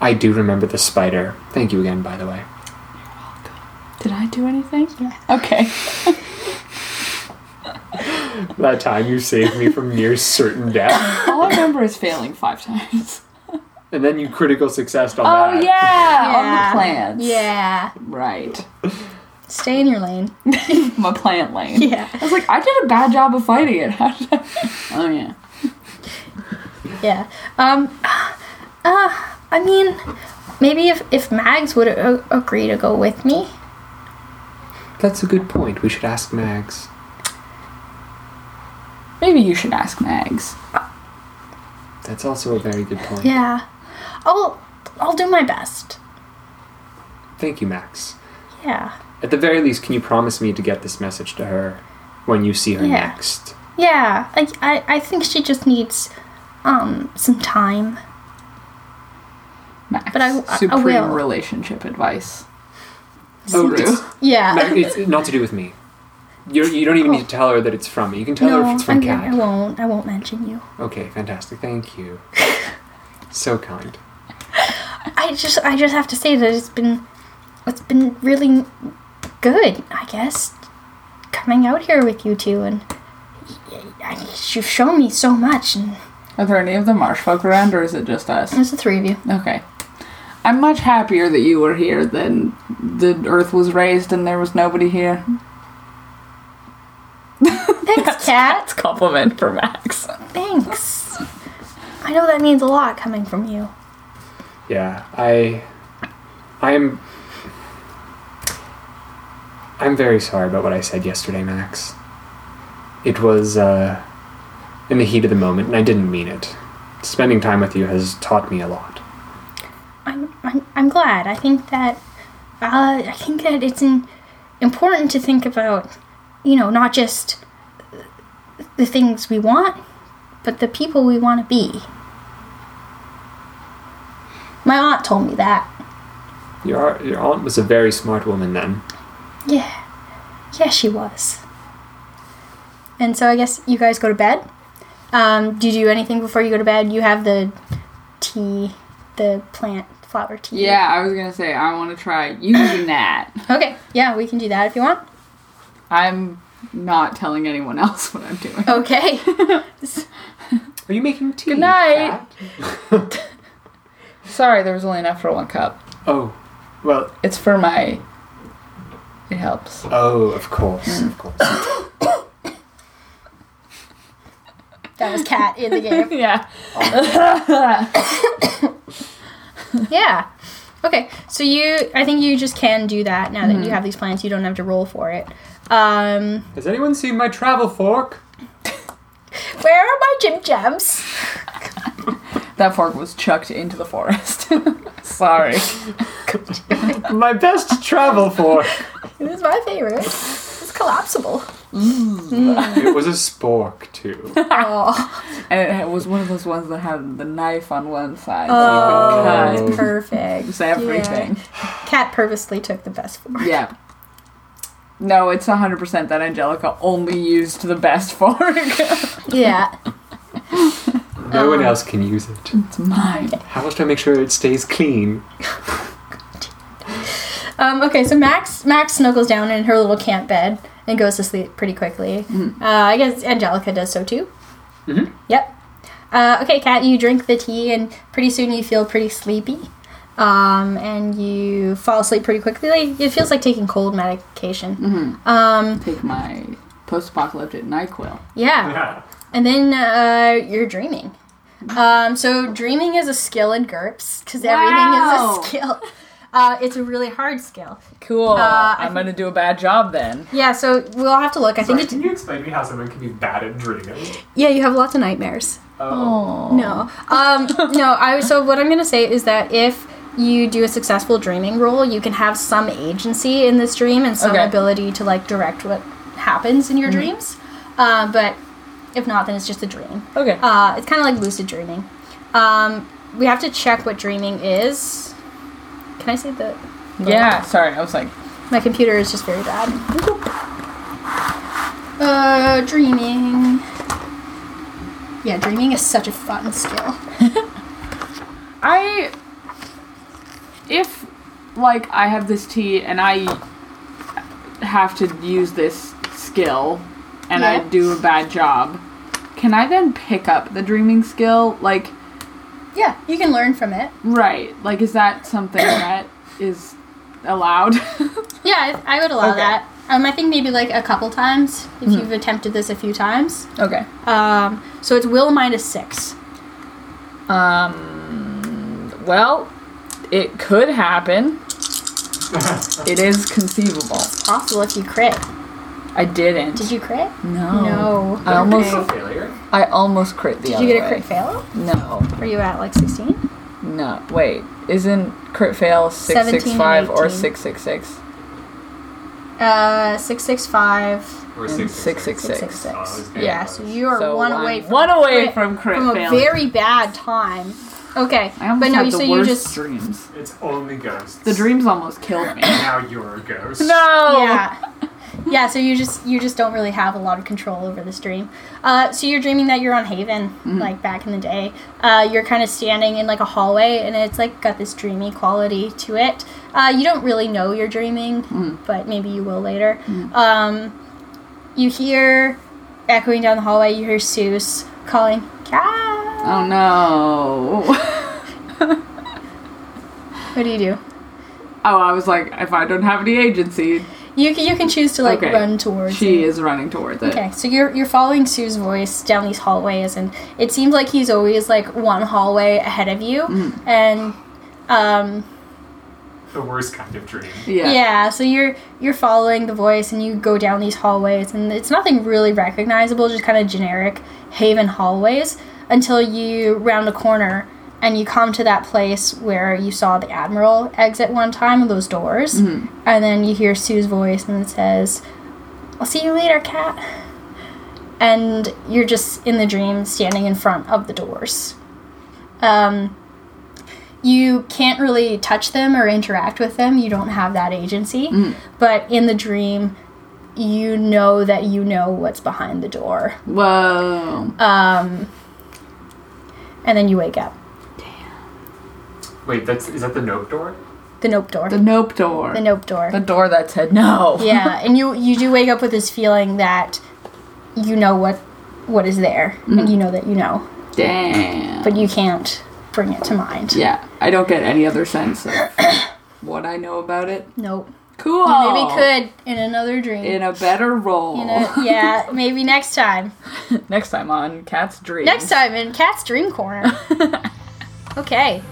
Speaker 3: I do remember the spider. Thank you again, by the way.
Speaker 4: Did I do anything? Okay.
Speaker 3: That time you saved me from near certain death,
Speaker 4: All I remember is failing five times.
Speaker 3: and then you critical successed on
Speaker 4: Oh yeah,
Speaker 3: that.
Speaker 4: on the plants.
Speaker 2: Yeah.
Speaker 4: Right.
Speaker 2: Stay in your lane.
Speaker 4: My plant lane.
Speaker 2: Yeah.
Speaker 4: I was like, I did a bad job of fighting it. How did I? Oh yeah.
Speaker 2: Yeah. Um. Uh. I mean, maybe if if Mags would a- agree to go with me.
Speaker 3: That's a good point. We should ask Max.
Speaker 4: Maybe you should ask Mags.
Speaker 3: That's also a very good point.
Speaker 2: Yeah. I'll I'll do my best.
Speaker 3: Thank you, Max.
Speaker 2: Yeah.
Speaker 3: At the very least, can you promise me to get this message to her when you see her
Speaker 2: Yeah.
Speaker 3: next?
Speaker 2: Yeah. I I, I think she just needs um some time.
Speaker 4: Max.
Speaker 2: But I- I- I
Speaker 4: Supreme
Speaker 2: will.
Speaker 4: relationship advice.
Speaker 3: Oh,
Speaker 4: True.
Speaker 3: it's, Max,
Speaker 2: Yeah.
Speaker 3: it's not to do with me. You're, you don't even need to tell her that it's from me. You can tell her if
Speaker 2: No,
Speaker 3: it's
Speaker 2: I,
Speaker 3: from
Speaker 2: mean, I
Speaker 3: Cat.
Speaker 2: won't. I won't mention you.
Speaker 3: Okay, fantastic. Thank you. so kind.
Speaker 2: I just I just have to say that it's been it's been really good, I guess, coming out here with you two and I, you've shown me so much and
Speaker 4: Are there any of the marsh folk around, or is it just us?
Speaker 2: there's the three of you.
Speaker 4: Okay. I'm much happier that you were here than the earth was raised and there was nobody here.
Speaker 2: Thanks, Cat.
Speaker 4: Compliment for Max.
Speaker 2: Thanks. I know that means a lot coming from you.
Speaker 3: Yeah, I. I'm. I'm very sorry about what I said yesterday, Max. It was, uh. in the heat of the moment, and I didn't mean it. Spending time with you has taught me a lot.
Speaker 2: I'm, I'm, I'm glad. I think that uh, I think that it's in, important to think about, you know, not just the things we want, but the people we want to be. My aunt told me that.
Speaker 3: Your, your aunt was a very smart woman then.
Speaker 2: Yeah. Yeah, she was. And so I guess you guys go to bed. Um, do you do anything before you go to bed? You have the tea, the plant flower tea.
Speaker 4: Yeah, I was gonna say I want to try using that.
Speaker 2: Okay. Yeah, we can do that if you want.
Speaker 4: I'm not telling anyone else what I'm doing.
Speaker 2: Okay.
Speaker 1: Are you making tea?
Speaker 4: Good night.
Speaker 1: Cat?
Speaker 4: Sorry, there was only enough for one cup.
Speaker 3: Oh, well,
Speaker 4: It's for my. It helps.
Speaker 3: oh, of course, of course.
Speaker 2: that was cat in the game.
Speaker 4: Yeah.
Speaker 2: Yeah. Okay. So you, I think you just can do that now that you have these plans. You don't have to roll for it. Um,
Speaker 3: Has anyone seen my travel fork?
Speaker 2: where are my Jim Jams?
Speaker 4: That fork was chucked into the forest. Sorry.
Speaker 3: My best travel fork.
Speaker 2: This is my favorite. It's collapsible.
Speaker 3: it was a spork too.
Speaker 2: Oh,
Speaker 4: And it was one of those ones that had the knife on one side.
Speaker 2: Oh,
Speaker 4: so you could cut
Speaker 2: perfect.
Speaker 4: just everything.
Speaker 2: Cat purposely took the best form.
Speaker 4: Yeah. No, it's 100% that Angelica only used the best fork. it's
Speaker 2: Yeah.
Speaker 3: No
Speaker 4: Oh.
Speaker 3: one else can use it.
Speaker 4: mine.
Speaker 3: How else do I make sure it stays clean?
Speaker 2: Um, okay, so Max Max snuggles down in her little camp bed and goes to sleep pretty quickly. Uh, I guess Angelica does so too.
Speaker 3: Mhm.
Speaker 2: Yep. Uh, okay, Kat, you drink the tea, and pretty soon you feel pretty sleepy, um, and you fall asleep pretty quickly. Like, It feels like taking cold medication. Um,
Speaker 4: Take my post apocalyptic NyQuil.
Speaker 2: yeah. And then uh, you're dreaming. Um, so dreaming is a skill in GURPS because
Speaker 4: Wow.
Speaker 2: everything is a skill. Uh, it's a really hard skill.
Speaker 4: Cool.
Speaker 2: Uh, I
Speaker 4: I'm going to do a bad job then.
Speaker 2: Yeah, so we'll have to look. I think it's,
Speaker 3: you explain to me how someone can be bad at dreaming?
Speaker 2: yeah, you have lots of nightmares.
Speaker 3: Oh,
Speaker 2: No, um, no. I so what I'm gonna say is that if you do a successful dreaming role, you can have some agency in this dream and some
Speaker 4: Okay.
Speaker 2: ability to like direct what happens in your dreams. Uh, but if not, then it's just a dream.
Speaker 4: Okay.
Speaker 2: Uh, it's kind of like lucid dreaming. Um, we have to check what dreaming is. Can I say that?
Speaker 4: yeah, sorry. I was like,
Speaker 2: My computer is just very bad. Uh, dreaming. Yeah, dreaming is such a fun skill.
Speaker 4: I if like I have this tea and I have to use this skill and
Speaker 2: Yeah.
Speaker 4: I do a bad job, can I then pick up the dreaming skill? Like
Speaker 2: Yeah, you can learn from it.
Speaker 4: right, like is that something that is allowed?
Speaker 2: Yeah, I, I would allow
Speaker 4: Okay.
Speaker 2: that. Um, I think maybe like a couple times if you've attempted this a few times.
Speaker 4: okay.
Speaker 2: Um, so it's will minus six.
Speaker 4: Um well, it could happen. it is conceivable.
Speaker 2: Possible if you crit.
Speaker 4: I didn't.
Speaker 2: Did you crit?
Speaker 4: No.
Speaker 2: No.
Speaker 4: I almost
Speaker 2: Okay.
Speaker 3: failure.
Speaker 4: I almost crit the
Speaker 2: Did
Speaker 4: other
Speaker 2: you get a
Speaker 4: way.
Speaker 2: crit fail?
Speaker 4: No.
Speaker 2: Were you at like sixteen?
Speaker 4: No, wait. Isn't crit fail
Speaker 2: 665
Speaker 4: 665
Speaker 2: or
Speaker 4: or
Speaker 2: 18?
Speaker 4: 666?
Speaker 2: Uh, six six five
Speaker 3: Or
Speaker 4: And
Speaker 3: six, six, six.
Speaker 2: six six
Speaker 3: Oh, I was
Speaker 2: six.
Speaker 3: getting
Speaker 2: Yeah,
Speaker 3: close.
Speaker 2: so you are one away from
Speaker 4: one away
Speaker 2: crit-
Speaker 4: from crit
Speaker 2: from a
Speaker 4: fail.
Speaker 2: very bad time. Okay,
Speaker 4: I almost
Speaker 2: but no,
Speaker 4: had
Speaker 2: you
Speaker 4: the
Speaker 2: so you
Speaker 4: worst
Speaker 2: just
Speaker 4: dreams.
Speaker 3: It's only ghosts.
Speaker 4: The dreams almost killed me.
Speaker 3: Now you're a ghost.
Speaker 4: no.
Speaker 2: yeah Oh. yeah so you just you just don't really have a lot of control over this dream uh, so you're dreaming that you're on haven
Speaker 4: Mm-hmm.
Speaker 2: like back in the day uh, you're kind of standing in like a hallway and it's like got this dreamy quality to it uh, you don't really know you're dreaming
Speaker 4: Mm.
Speaker 2: but maybe you will later um, you hear echoing down the hallway you hear Seuss calling Cat.
Speaker 4: Oh no.
Speaker 2: what do you do
Speaker 4: oh, I was like, if I don't have any agency,
Speaker 2: you can, you can choose to like
Speaker 4: Okay.
Speaker 2: run towards it.
Speaker 4: she is running towards it.
Speaker 2: Okay, so you're you're following Sue's voice down these hallways, and it seems like he's always like one hallway ahead of you,
Speaker 4: Mm-hmm.
Speaker 2: and um,
Speaker 3: The worst kind of dream.
Speaker 2: yeah.
Speaker 4: Yeah.
Speaker 2: so you're you're following the voice, and you go down these hallways, and it's nothing really recognizable, just kind of generic Haven hallways, until you round a corner and you come to that place where you saw the Admiral exit one time with those doors, and then you hear Sue's voice, and it says, "I'll see you later, cat." and you're just in the dream standing in front of the doors. Um, you can't really touch them or interact with them. You don't have that agency.
Speaker 4: Mm.
Speaker 2: But in the dream, you know that you know what's behind the door. Um,
Speaker 4: Whoa.
Speaker 2: Uh, And then you wake up.
Speaker 3: Wait, that's is that the nope door?
Speaker 2: The nope door.
Speaker 4: the
Speaker 2: The,
Speaker 4: nope door.
Speaker 2: nope door.
Speaker 4: the door that said no.
Speaker 2: yeah, and you you do wake up with this feeling that you know what what is there
Speaker 4: Mm.
Speaker 2: and you know that you know,
Speaker 4: Damn.
Speaker 2: but you can't bring it to mind.
Speaker 4: yeah, I don't get any other sense of what I know about it.
Speaker 2: Nope.
Speaker 4: Cool.
Speaker 2: You maybe could in another dream.
Speaker 4: in a better role.
Speaker 2: You know, yeah, maybe next time.
Speaker 4: Next time on Cat's Dream.
Speaker 2: Next time in Cat's Dream Corner. okay.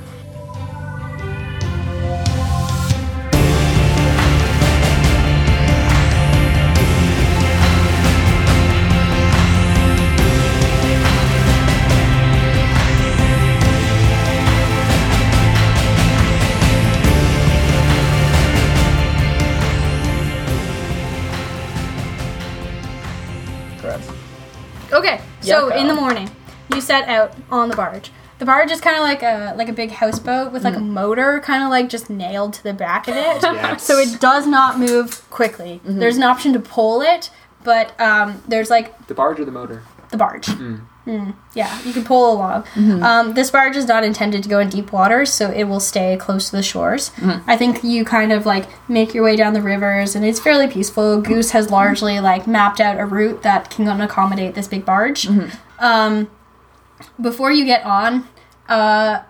Speaker 4: Gross.
Speaker 2: Okay. So
Speaker 4: Yucko.
Speaker 2: in the morning, you set out on the barge. The barge is kind of like a like a big houseboat with like a motor kind of like just nailed to the back of it.
Speaker 3: Yes.
Speaker 2: So it does not move quickly. There's an option to pull it, but um, there's like
Speaker 3: The barge or the motor?
Speaker 2: the barge. Mm, yeah, you can pull along. Um, this barge is not intended to go in deep waters, so it will stay close to the shores. I think you kind of like make your way down the rivers, and it's fairly peaceful. Goose has largely like mapped out a route that can accommodate this big barge. Um, before you get on, uh,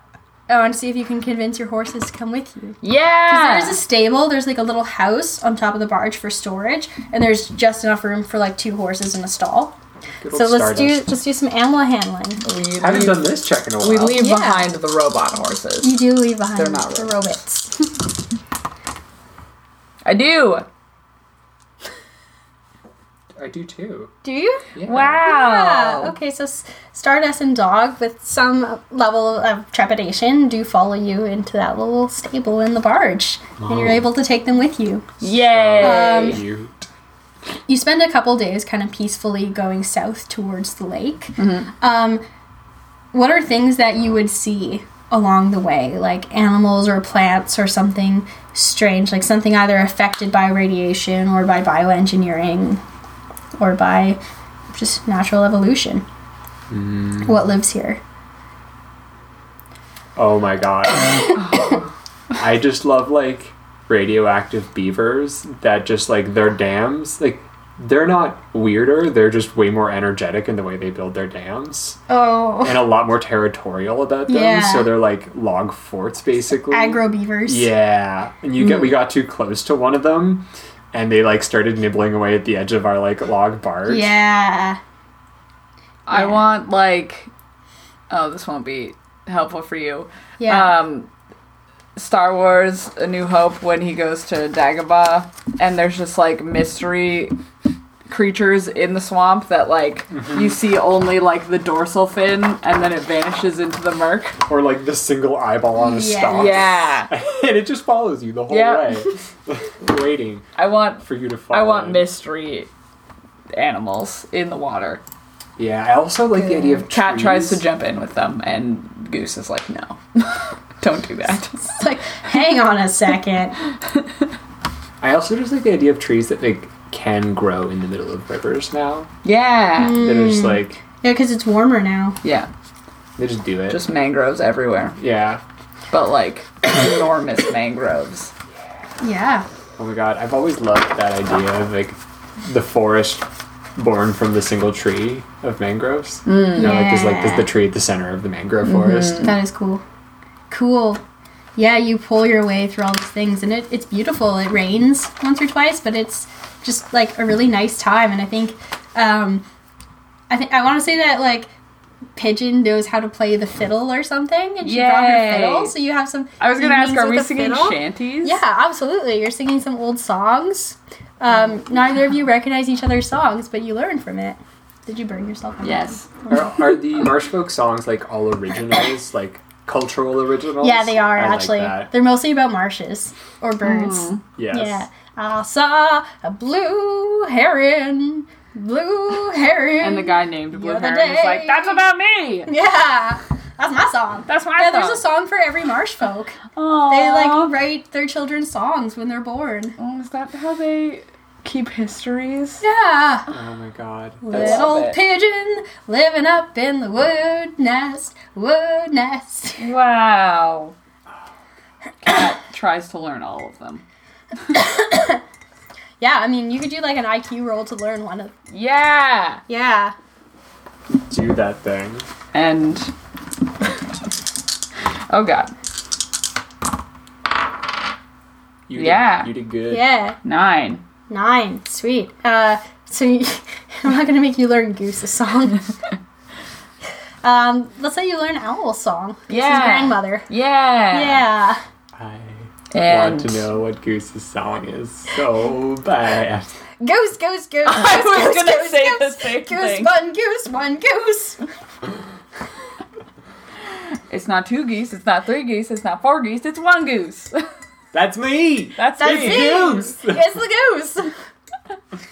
Speaker 2: I want to see if you can convince your horses to come with you.
Speaker 4: Yeah.
Speaker 2: There's a stable. There's like a little house on top of the barge for storage, and there's just enough room for like two horses in a stall.
Speaker 3: Good
Speaker 2: So
Speaker 3: old
Speaker 2: let's do
Speaker 3: Stardust.
Speaker 2: let's do some animal handling.
Speaker 3: I haven't done this check in a while.
Speaker 4: we leave
Speaker 2: Yeah.
Speaker 4: behind the robot horses.
Speaker 2: You do leave behind
Speaker 4: They're not
Speaker 2: the
Speaker 4: robots.
Speaker 2: robots.
Speaker 4: I do.
Speaker 3: I do too.
Speaker 2: Do you?
Speaker 3: Yeah.
Speaker 4: Wow.
Speaker 2: Yeah. Okay, so S- Stardust and Dog, with some level of trepidation, do follow you into that little stable in the barge, and
Speaker 4: Oh.
Speaker 2: you're able to take them with you. Uh,
Speaker 4: Yay.
Speaker 3: you.
Speaker 2: You spend a couple days kind of peacefully going south towards the lake. Um, what are things that you would see along the way, like animals or plants or something strange, like something either affected by radiation or by bioengineering or by just natural evolution? What lives here?
Speaker 3: Oh my god. I just love like radioactive beavers that just like their dams like they're not weirder, they're just way more energetic in the way they build their dams
Speaker 2: Oh,
Speaker 3: and a lot more territorial about them.
Speaker 2: Yeah.
Speaker 3: So they're like log forts basically.
Speaker 2: agro Mm. beavers.
Speaker 3: Yeah, and you get we got too close to one of them, and they like started nibbling away at the edge of our like log barge.
Speaker 2: Yeah.
Speaker 4: I want like oh, this won't be helpful for you.
Speaker 2: Yeah.
Speaker 4: Um Star Wars A New Hope when he goes to Dagobah and there's just like mystery creatures in the swamp that like you see only like the dorsal fin and then it vanishes into the murk.
Speaker 3: or like the single eyeball on a
Speaker 2: Yeah.
Speaker 3: stalk.
Speaker 4: Yeah.
Speaker 3: and it just follows you the whole
Speaker 4: Yeah.
Speaker 3: way, waiting
Speaker 4: I want
Speaker 3: for you to fall.
Speaker 4: I want
Speaker 3: in.
Speaker 4: mystery animals in the water.
Speaker 3: Yeah, I also like the idea of
Speaker 4: Cat
Speaker 3: trees.
Speaker 4: tries to jump in with them and Goose is like, "No. Don't do that."
Speaker 2: It's like, hang on a second.
Speaker 3: I also just like the idea of trees that like can grow in the middle of rivers now.
Speaker 4: Yeah.
Speaker 3: That are just like
Speaker 2: Yeah, because it's warmer now.
Speaker 4: Yeah.
Speaker 3: they just do it.
Speaker 4: Just mangroves everywhere.
Speaker 3: yeah.
Speaker 4: But like enormous mangroves.
Speaker 2: Yeah.
Speaker 3: Oh my god, I've always loved that idea of like the forest born from the single tree of mangroves.
Speaker 4: Hmm.
Speaker 3: you know, like there's like there's the tree at the center of the
Speaker 4: Mm-hmm.
Speaker 3: mangrove forest.
Speaker 2: That is cool. Cool. Yeah, you pull your way through all these things, and it, it's beautiful. It rains once or twice, but it's just like a really nice time. And I think, um, I think I want to say that like Pigeon knows how to play the fiddle or something, and she brought her
Speaker 4: Yay.
Speaker 2: fiddle. So you have some.
Speaker 4: I was gonna ask,
Speaker 2: evenings
Speaker 4: are we
Speaker 2: with a
Speaker 4: singing
Speaker 2: fiddle.
Speaker 4: shanties?
Speaker 2: Yeah, absolutely. You're singing some old songs. Um, neither of you recognize each other's songs, but you learn from it. Did you burn yourself?
Speaker 4: Yes.
Speaker 3: Are, are the marsh folk songs like all originals, like cultural originals?
Speaker 2: Yeah, they are
Speaker 3: I like
Speaker 2: actually.
Speaker 3: that.
Speaker 2: They're mostly about marshes or birds.
Speaker 4: Mm.
Speaker 3: Yes.
Speaker 2: Yeah. I saw a blue heron, blue heron.
Speaker 4: And the guy named Blue
Speaker 2: other
Speaker 4: Heron was
Speaker 2: day.
Speaker 4: like, That's about me!
Speaker 2: Yeah. That's my song.
Speaker 4: That's my
Speaker 2: yeah,
Speaker 4: song.
Speaker 2: there's a song for every marsh folk.
Speaker 4: Aww.
Speaker 2: They like write their children songs when they're born.
Speaker 4: Oh, is that how they keep histories?
Speaker 2: Yeah.
Speaker 3: Oh my god. That's,
Speaker 2: Little
Speaker 4: it.
Speaker 2: pigeon living up in the wood nest, wood nest.
Speaker 4: Wow. Cat tries to learn all of them.
Speaker 2: Yeah, I mean, you could do like an IQ roll to learn one of.
Speaker 4: Yeah.
Speaker 2: Yeah.
Speaker 3: do that thing.
Speaker 4: And oh god,
Speaker 3: You
Speaker 4: Yeah.
Speaker 3: Did, you did good.
Speaker 2: Yeah.
Speaker 4: nine.
Speaker 2: Nine. Sweet. Uh, so you, I'm not gonna make you learn Goose's song. um, let's say you learn Owl's song. Goose's
Speaker 4: Yeah.
Speaker 2: grandmother.
Speaker 4: Yeah.
Speaker 2: Yeah.
Speaker 3: I
Speaker 4: And
Speaker 3: want to know what Goose's song is so bad.
Speaker 2: Goose, goose, goose.
Speaker 4: I
Speaker 2: goose,
Speaker 4: was
Speaker 2: goose,
Speaker 4: gonna
Speaker 2: goose,
Speaker 4: say the
Speaker 2: goose,
Speaker 4: same
Speaker 2: goose
Speaker 4: thing.
Speaker 2: one, goose one, goose.
Speaker 4: It's not two geese. It's not three geese. It's not four geese. It's one goose.
Speaker 3: That's me.
Speaker 4: That's,
Speaker 2: That's
Speaker 4: me.
Speaker 2: it.
Speaker 3: Goose.
Speaker 2: It's the goose.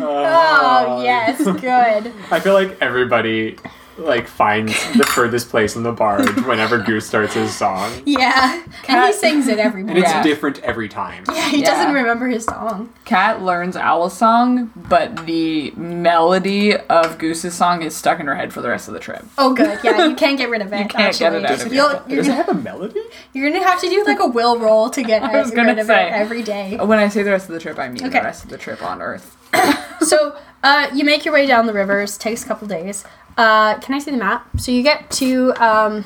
Speaker 2: Oh, yes, good.
Speaker 3: Uh, I feel like everybody like finds the furthest place in the barge whenever Goose starts his song.
Speaker 2: Yeah. And he
Speaker 4: Cat-
Speaker 2: sings it every
Speaker 3: And
Speaker 2: morning.
Speaker 3: it's
Speaker 4: Yeah.
Speaker 3: different every time.
Speaker 2: Yeah, he
Speaker 4: Yeah.
Speaker 2: doesn't remember his song.
Speaker 4: Cat learns Owl's song, but the melody of Goose's song is stuck in her head for the rest of the trip.
Speaker 2: Oh, good. Yeah, you can't get rid of it. You
Speaker 4: can't get it out of
Speaker 2: You'll, you're,
Speaker 3: Does it
Speaker 2: gonna,
Speaker 3: have a melody?
Speaker 2: you're gonna have to do like a will roll to get
Speaker 4: I was
Speaker 2: rid
Speaker 4: gonna
Speaker 2: of
Speaker 4: say.
Speaker 2: it every day.
Speaker 4: When I say the rest of the trip, I mean
Speaker 2: Okay.
Speaker 4: the rest of the trip on Earth.
Speaker 2: So uh, you make your way down the rivers. Takes a couple days. Uh, can I see the map? So you get to um,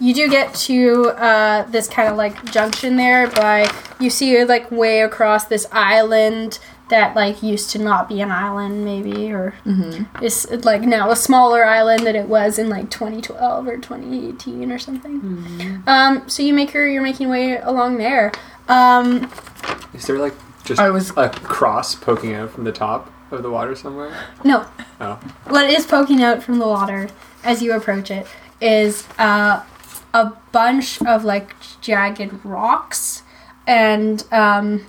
Speaker 2: you do get to uh, this kind of like junction there. By you see like way across this island that like used to not be an island, maybe, or it's like now a smaller island than it was in like 2012 or 2018 or something. Um, so you make your you're making way along there. Um,
Speaker 3: Is there like just
Speaker 4: I was-
Speaker 3: a cross poking out from the top of the water somewhere?
Speaker 2: no,
Speaker 3: Oh.
Speaker 2: what is poking out from the water as you approach it is uh, a bunch of like jagged rocks and um,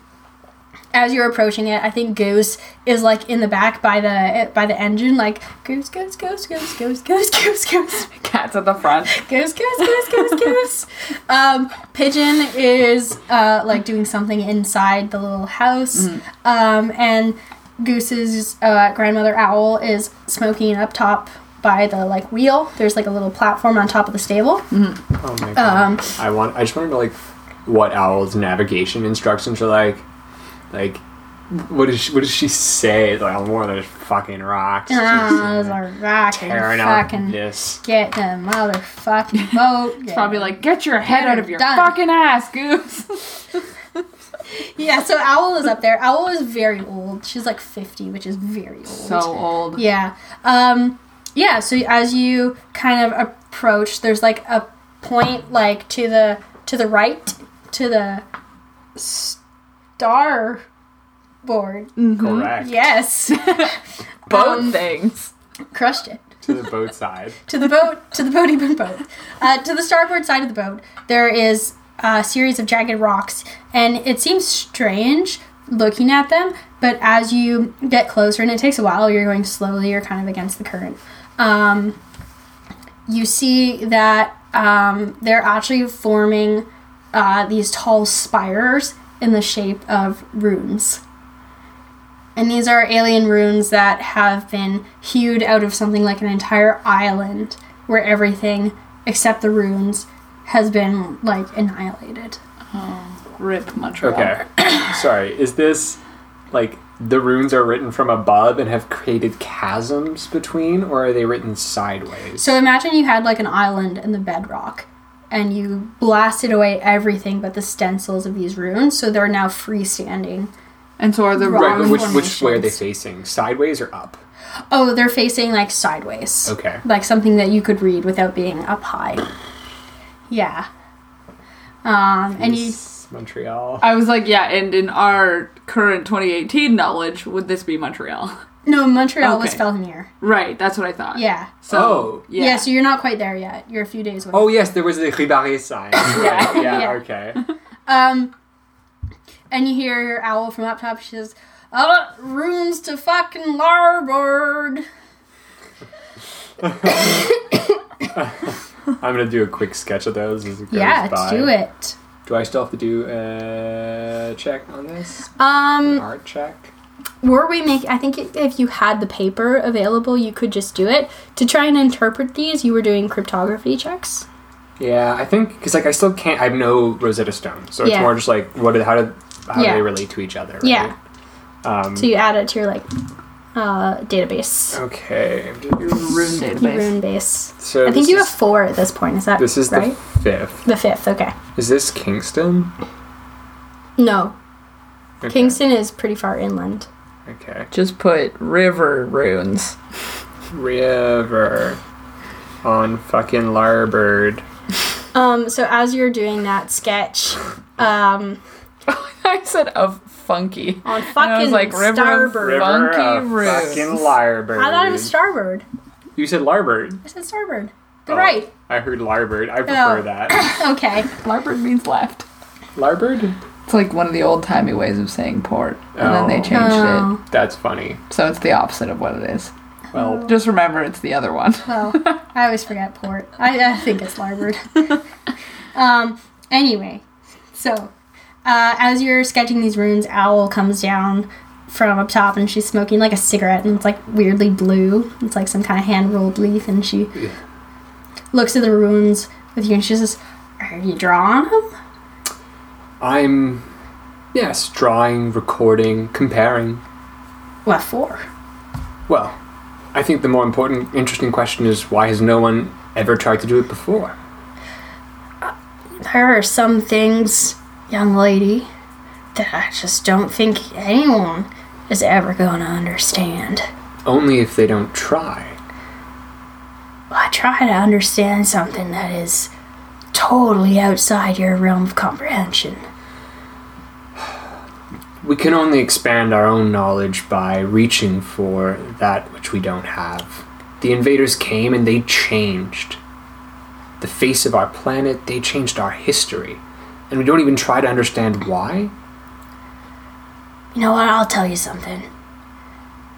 Speaker 2: as you're approaching it i think goose is like in the back by the by the engine like goose goose goose goose goose goose goose goose
Speaker 4: Cat's at the front.
Speaker 2: goose goose goose goose goose um, pigeon is uh, like doing something inside the little house
Speaker 4: Mm-hmm.
Speaker 2: um, and goose's uh, grandmother owl is smoking up top by the like wheel there's like a little platform on top of the stable
Speaker 4: Mm-hmm.
Speaker 3: Oh my god.
Speaker 2: Um,
Speaker 3: I want. I just want to know like what Owl's navigation instructions are like. Like, what is she, what does she say? Like, I'm more than fucking rocks.
Speaker 2: Ah,
Speaker 3: Just,
Speaker 2: those
Speaker 3: uh,
Speaker 2: are rocking
Speaker 3: tearing out
Speaker 2: fucking
Speaker 3: this.
Speaker 2: get the motherfucking boat
Speaker 4: It's probably like, get your head out of your
Speaker 2: Done.
Speaker 4: fucking ass, Goose.
Speaker 2: yeah so owl is up there owl is very old she's like 50 which is very old
Speaker 4: so old.
Speaker 2: Yeah. Um, yeah, so as you kind of approach, there's like a point like to the to the right, to the star board.
Speaker 3: Correct.
Speaker 2: Yes.
Speaker 4: Both
Speaker 2: Um,
Speaker 4: things.
Speaker 2: Crushed it.
Speaker 3: To the boat side.
Speaker 2: To the boat, to the boat, even boat. Uh, to the starboard side of the boat, there is a series of jagged rocks, and it seems strange looking at them, but as you get closer, and it takes a while, you're going slowly, you're kind of against the current. Um, you see that um, they're actually forming uh, these tall spires in the shape of runes. And these are alien runes that have been hewed out of something like an entire island where everything except the runes has been like annihilated.
Speaker 4: Rip Montreal.
Speaker 3: Okay. Sorry. Is this like the runes are written from above and have created chasms between, or are they written sideways?
Speaker 2: So imagine you had like an island in the bedrock and you blasted away everything but the stencils of these runes, so they're now freestanding.
Speaker 4: And so are the
Speaker 2: Right,
Speaker 3: Right, but
Speaker 4: wrong
Speaker 3: which
Speaker 4: ones.
Speaker 3: which way are they
Speaker 2: formations.
Speaker 3: facing? Sideways or up?
Speaker 2: Oh, they're facing like sideways.
Speaker 3: Okay.
Speaker 2: Like something that you could read without being up high. Yeah. Um, and you
Speaker 3: Yes, Montreal.
Speaker 4: I was like, yeah, and in our current 2018 knowledge, would this be Montreal?
Speaker 2: no Montreal was
Speaker 4: Okay.
Speaker 2: Felmir.
Speaker 4: Right, that's what I thought.
Speaker 2: Yeah.
Speaker 4: So,
Speaker 3: Oh.
Speaker 4: yeah.
Speaker 2: Yeah, so you're not quite there yet. You're a few days away.
Speaker 3: Oh yes, there was the Ribare sign. Right, yeah,
Speaker 2: Yeah.
Speaker 3: Okay.
Speaker 2: Um, and you hear your owl from up top. She says, "Uh, rooms to fucking larboard."
Speaker 3: I'm gonna do a quick sketch of those as it goes
Speaker 2: yeah,
Speaker 3: by.
Speaker 2: let's do it.
Speaker 3: Do I still have to do a check on this?
Speaker 2: Um,
Speaker 3: Art check.
Speaker 2: were we make? I think it, if you had the paper available, you could just do it. To try and interpret these, you were doing cryptography checks.
Speaker 3: Yeah, I think because like I still can't. I have no Rosetta Stone, so it's
Speaker 2: Yeah.
Speaker 3: more just like what? do- How do how
Speaker 2: Yeah.
Speaker 3: do they relate to each other? Right?
Speaker 2: Yeah.
Speaker 3: Um,
Speaker 2: So you add it to your like uh, database,
Speaker 3: okay.
Speaker 4: Rune
Speaker 2: your rune
Speaker 4: database.
Speaker 2: base.
Speaker 3: So
Speaker 2: I think
Speaker 3: this
Speaker 2: you
Speaker 3: is-
Speaker 2: have four at this point. Is that
Speaker 3: This is
Speaker 2: right?
Speaker 3: the fifth.
Speaker 2: The, fifth. Okay.
Speaker 3: Is this Kingston?
Speaker 2: No,
Speaker 3: Okay.
Speaker 2: Kingston is pretty far inland.
Speaker 3: Okay.
Speaker 4: Just put river runes.
Speaker 3: River on fucking larboard.
Speaker 2: Um, so as you're doing that sketch, um,
Speaker 4: I said of funky.
Speaker 2: on
Speaker 4: And I
Speaker 2: fucking
Speaker 4: was like river
Speaker 2: starboard.
Speaker 4: Of
Speaker 3: River
Speaker 4: funky
Speaker 3: of
Speaker 4: runes.
Speaker 3: fucking larboard.
Speaker 2: I thought it was starboard.
Speaker 3: You said larboard.
Speaker 2: I said starboard.
Speaker 3: Oh,
Speaker 2: They're right.
Speaker 3: I heard larboard. I prefer
Speaker 2: Oh.
Speaker 3: that.
Speaker 2: Okay.
Speaker 4: Larboard means left.
Speaker 3: Larboard?
Speaker 4: It's like one of the old timey ways of saying port, and then
Speaker 3: Oh.
Speaker 4: they changed
Speaker 2: Oh.
Speaker 3: That's funny.
Speaker 4: it, so it's the opposite of what it is.
Speaker 3: Well,
Speaker 4: Just remember, it's the other one.
Speaker 2: Oh, Well, I always forget port. I, I think it's larboard. um, anyway, so uh, as you're sketching these runes, Owl comes down from up top and she's smoking like a cigarette and it's like weirdly blue. It's like some kind of hand rolled leaf and she looks at the runes with you and she says, Are you drawing them?
Speaker 3: I'm, yes, drawing, recording, comparing.
Speaker 2: What for?
Speaker 3: Well, I think the more important, interesting question is why has no one ever tried to do it before?
Speaker 2: There are some things, young lady, that I just don't think anyone is ever going to understand.
Speaker 3: Only if they don't try.
Speaker 2: I try to understand something that is totally outside your realm of comprehension.
Speaker 3: We can only expand our own knowledge by reaching for that which we don't have. The invaders came and they changed the face of our planet, they changed our history. And we don't even try to understand why.
Speaker 2: You know what? I'll tell you something.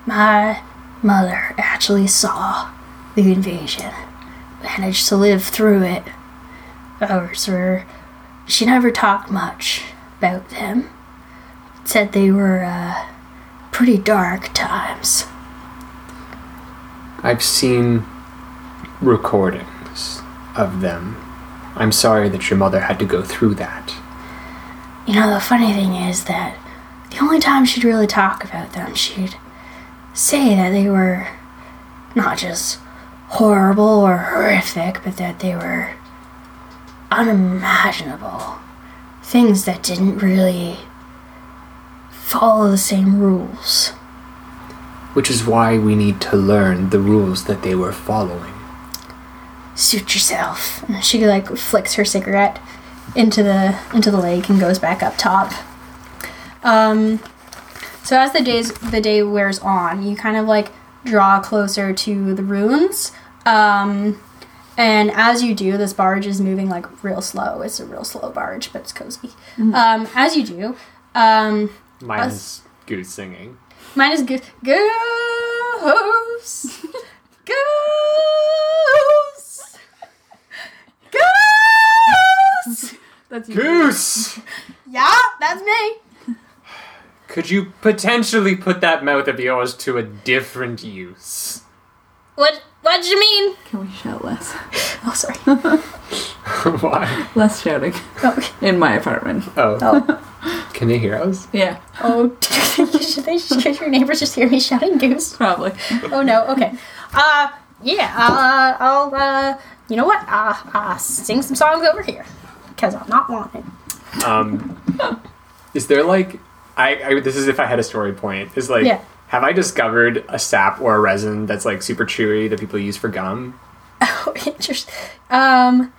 Speaker 2: My mother actually saw the invasion, managed to live through it. However, sir, she never talked much about them. Said they were uh, pretty dark times.
Speaker 3: I've seen recordings of them. I'm sorry that your mother had to go through that.
Speaker 2: You know, the funny thing is that the only time she'd really talk about them, she'd say that they were not just horrible or horrific, but that they were unimaginable. Things that didn't really follow the same rules.
Speaker 3: Which is why we need to learn the rules that they were following.
Speaker 2: Suit yourself. And she like flicks her cigarette into the into the lake and goes back up top. Um, so as the days the day wears on, you kind of like draw closer to the ruins. Um, and as you do, this barge is moving like real slow. It's a real slow barge, but it's cozy. Um, as you do, um,
Speaker 3: Mine's good singing.
Speaker 2: mine is good. Ghosts, ghosts, ghosts.
Speaker 4: That's
Speaker 3: Goose!
Speaker 2: Yeah, that's me.
Speaker 3: Could you potentially put that mouth of yours to a different use?
Speaker 2: What? What do you mean?
Speaker 4: Can we shout less?
Speaker 2: Oh, sorry.
Speaker 3: Why?
Speaker 4: Less shouting
Speaker 2: Okay.
Speaker 4: in my apartment.
Speaker 3: Oh.
Speaker 2: Oh.
Speaker 3: Can they hear us?
Speaker 4: Yeah,
Speaker 2: Oh, should they just could your neighbors just hear me shouting goose?
Speaker 4: probably.
Speaker 2: Oh no. Okay. Uh, yeah. Uh, I'll. Uh, you know what? Uh, uh, sing some songs over here, cause I'm not wanted.
Speaker 3: Um, is there like, I, I this is if I had a story point. Is like,
Speaker 2: Yeah.
Speaker 3: have I discovered a sap or a resin that's like super chewy that people use for gum?
Speaker 2: Oh, interesting. Um.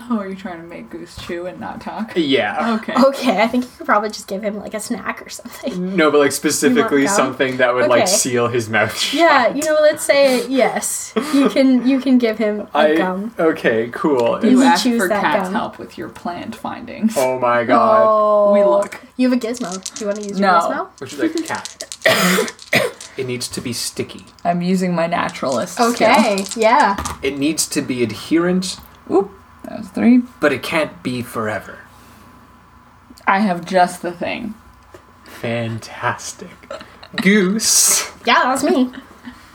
Speaker 4: Oh, are you trying to make Goose chew and not talk?
Speaker 2: Oh.
Speaker 3: Yeah.
Speaker 4: Okay.
Speaker 2: Okay. I think you could probably just give him like a snack or something.
Speaker 3: No, but like specifically
Speaker 2: gum?
Speaker 3: something that would like
Speaker 2: Okay.
Speaker 3: seal his mouth. shut.
Speaker 2: Yeah. You know. Let's say yes. You can. You can give him a
Speaker 3: I
Speaker 2: gum.
Speaker 3: okay, cool.
Speaker 4: You
Speaker 2: You
Speaker 4: asked
Speaker 2: choose
Speaker 4: for
Speaker 2: that
Speaker 4: cat's
Speaker 2: gum.
Speaker 4: help with your plant findings.
Speaker 3: oh my god. Oh.
Speaker 4: We look.
Speaker 2: You have a gizmo. Do you want to use your
Speaker 4: No.
Speaker 2: gizmo?
Speaker 3: Which is like cat. It needs to be sticky.
Speaker 5: I'm using my naturalist.
Speaker 2: Okay, yeah.
Speaker 3: It needs to be adherent,
Speaker 5: Skill. Oop, that was three.
Speaker 3: but it can't be forever.
Speaker 4: I have just the thing.
Speaker 3: Fantastic. Goose.
Speaker 2: Yeah, that was me.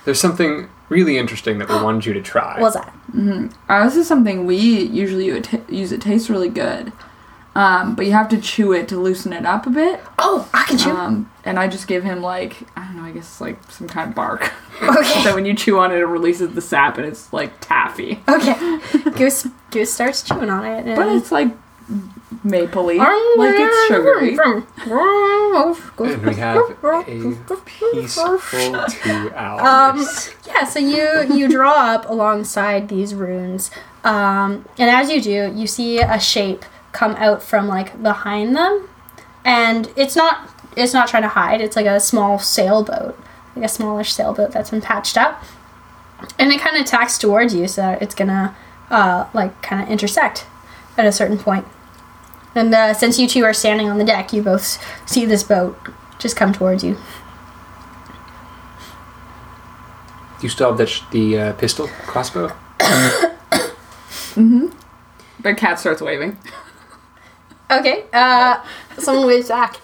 Speaker 3: There's something really interesting that we wanted you to try.
Speaker 2: What was that?
Speaker 4: Uh, this is something we usually u- ta use. It tastes really good, um, but you have to chew it to loosen it up a bit.
Speaker 2: Oh, I can chew.
Speaker 4: Um, and I just give him like I don't know. I guess it's like some kind of bark.
Speaker 3: Uh,
Speaker 2: Okay.
Speaker 4: so when you chew on it, it releases the sap, and it's like taffy.
Speaker 2: Okay. Goose Goose starts chewing on it. And
Speaker 4: But it's like mapley,
Speaker 2: Oh
Speaker 4: like it's sugary.
Speaker 3: and we have a peaceful two
Speaker 2: Um,
Speaker 3: hours.
Speaker 2: yeah, so you you draw up alongside these runes, um, and as you do, you see a shape come out from like behind them, and it's not it's not trying to hide. It's like a small sailboat, like a smallish sailboat that's been patched up, and it kind of tacks towards you, so that it's gonna uh, like kind of intersect at a certain point. And uh, since you two are standing on the deck, you both s- see this boat just come towards you.
Speaker 3: you still have that sh- the uh, pistol crossbow?
Speaker 4: The cat starts waving.
Speaker 2: Okay, uh, someone waves back.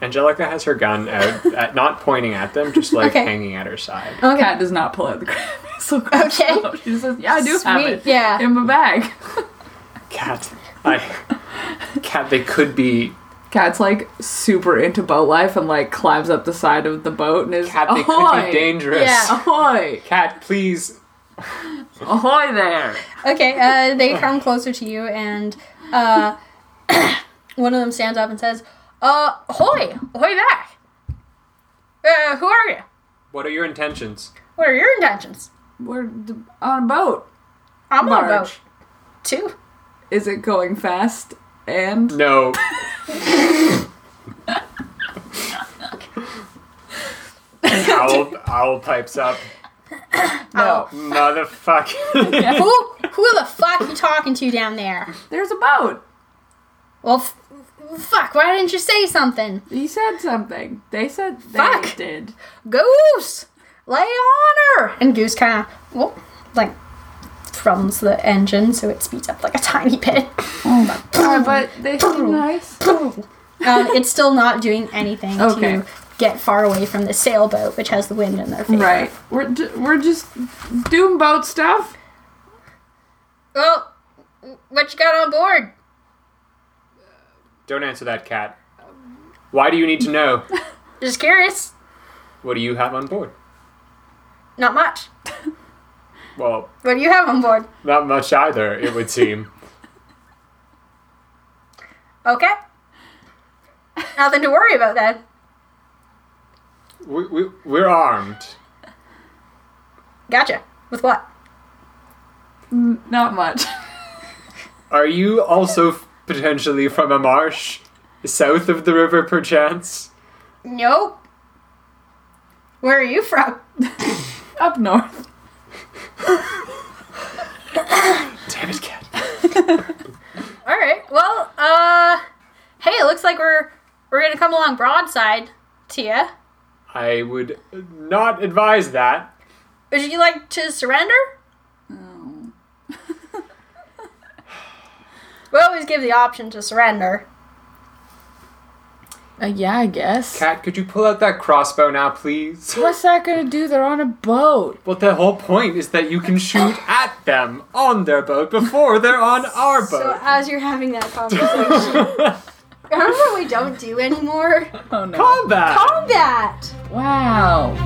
Speaker 3: Angelica has her gun out, at, not pointing at them, just like
Speaker 2: Okay.
Speaker 3: hanging at her side.
Speaker 2: Okay.
Speaker 4: Cat does not pull out the crab. So gross.
Speaker 2: Okay.
Speaker 4: She says, "Yeah, I do have
Speaker 2: Sweet,
Speaker 4: it
Speaker 2: yeah.
Speaker 4: in my bag."
Speaker 3: Cat, I, cat, they could be.
Speaker 4: Cat's like super into boat life and like climbs up the side of the boat and is
Speaker 3: Cat, they could
Speaker 4: ahoy,
Speaker 3: be dangerous.
Speaker 2: Yeah.
Speaker 4: ahoy,
Speaker 3: Cat, please.
Speaker 4: ahoy there.
Speaker 2: Okay, uh, they come closer to you, and uh, one of them stands up and says, uh, Hoy! Hoy back! Uh, who are you?
Speaker 3: What are your intentions?
Speaker 2: What are your intentions?
Speaker 4: We're d- on a boat.
Speaker 2: I'm on a
Speaker 4: Barge.
Speaker 2: boat, too.
Speaker 4: Is it going fast? And
Speaker 3: No. owl, owl pipes up.
Speaker 4: no,
Speaker 3: Motherfucker.
Speaker 2: who, who the fuck you talking to down there?
Speaker 4: there's a boat.
Speaker 2: Well, f- fuck, why didn't you say something?
Speaker 4: He said something. They said they
Speaker 2: Fuck.
Speaker 4: did.
Speaker 2: Goose, lay on her. And Goose kind of, well, like, thrums the engine so it speeds up like a tiny bit.
Speaker 4: Uh, but they seem nice.
Speaker 2: Um, it's still not doing anything
Speaker 4: Okay.
Speaker 2: to get far away from the sailboat, which has the wind in their favor.
Speaker 4: Right. We're ju- we're just doing boat stuff.
Speaker 2: Well, what you got on board?
Speaker 3: Don't answer that, cat. Why do you need to know?
Speaker 2: Just curious.
Speaker 3: What do you have on board?
Speaker 2: Not much.
Speaker 3: Well,
Speaker 2: What do you have on board?
Speaker 3: not much either, it would seem.
Speaker 2: Okay. Nothing to worry about then.
Speaker 3: We, we, we're armed.
Speaker 2: Gotcha. With what?
Speaker 4: N- Not much.
Speaker 3: Are you also f- potentially from a marsh south of the river, perchance?
Speaker 2: Nope. Where are you from?
Speaker 4: Up north.
Speaker 3: Damn it, cat.
Speaker 2: All right. Well, uh, hey, it looks like we're we're gonna come along broadside to you.
Speaker 3: I would not advise that.
Speaker 2: Would you like to surrender? we always give the option to surrender.
Speaker 4: Uh, yeah, I guess.
Speaker 3: Cat, could you pull out that crossbow now, please?
Speaker 4: What's that gonna do? They're on a boat.
Speaker 3: Well, the whole point is that you can shoot at them on their boat before they're on our boat.
Speaker 2: So as you're having that conversation, remember what we don't do anymore?
Speaker 4: Oh no.
Speaker 3: Combat!
Speaker 2: Combat.
Speaker 4: Wow.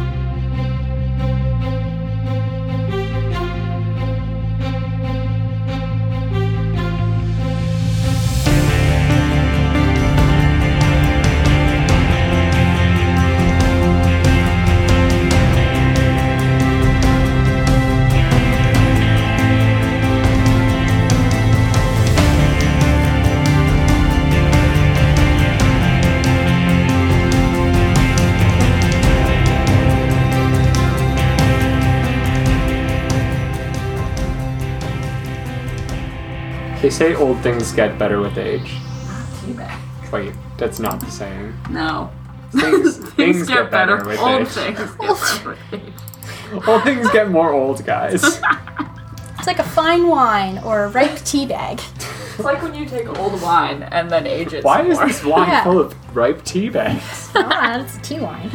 Speaker 3: They say old things get better with age. Wait, that's not the saying.
Speaker 4: No.
Speaker 3: Things, things, get, better, with
Speaker 4: Old
Speaker 3: age.
Speaker 4: things get better with age.
Speaker 3: Old things get more old, guys.
Speaker 2: It's like a fine wine or a ripe tea bag.
Speaker 4: It's like when you take old wine and then age it.
Speaker 3: Why
Speaker 4: some
Speaker 3: is
Speaker 4: more.
Speaker 3: this wine
Speaker 2: Yeah.
Speaker 3: full of ripe tea bags?
Speaker 2: Ah, it's tea wine.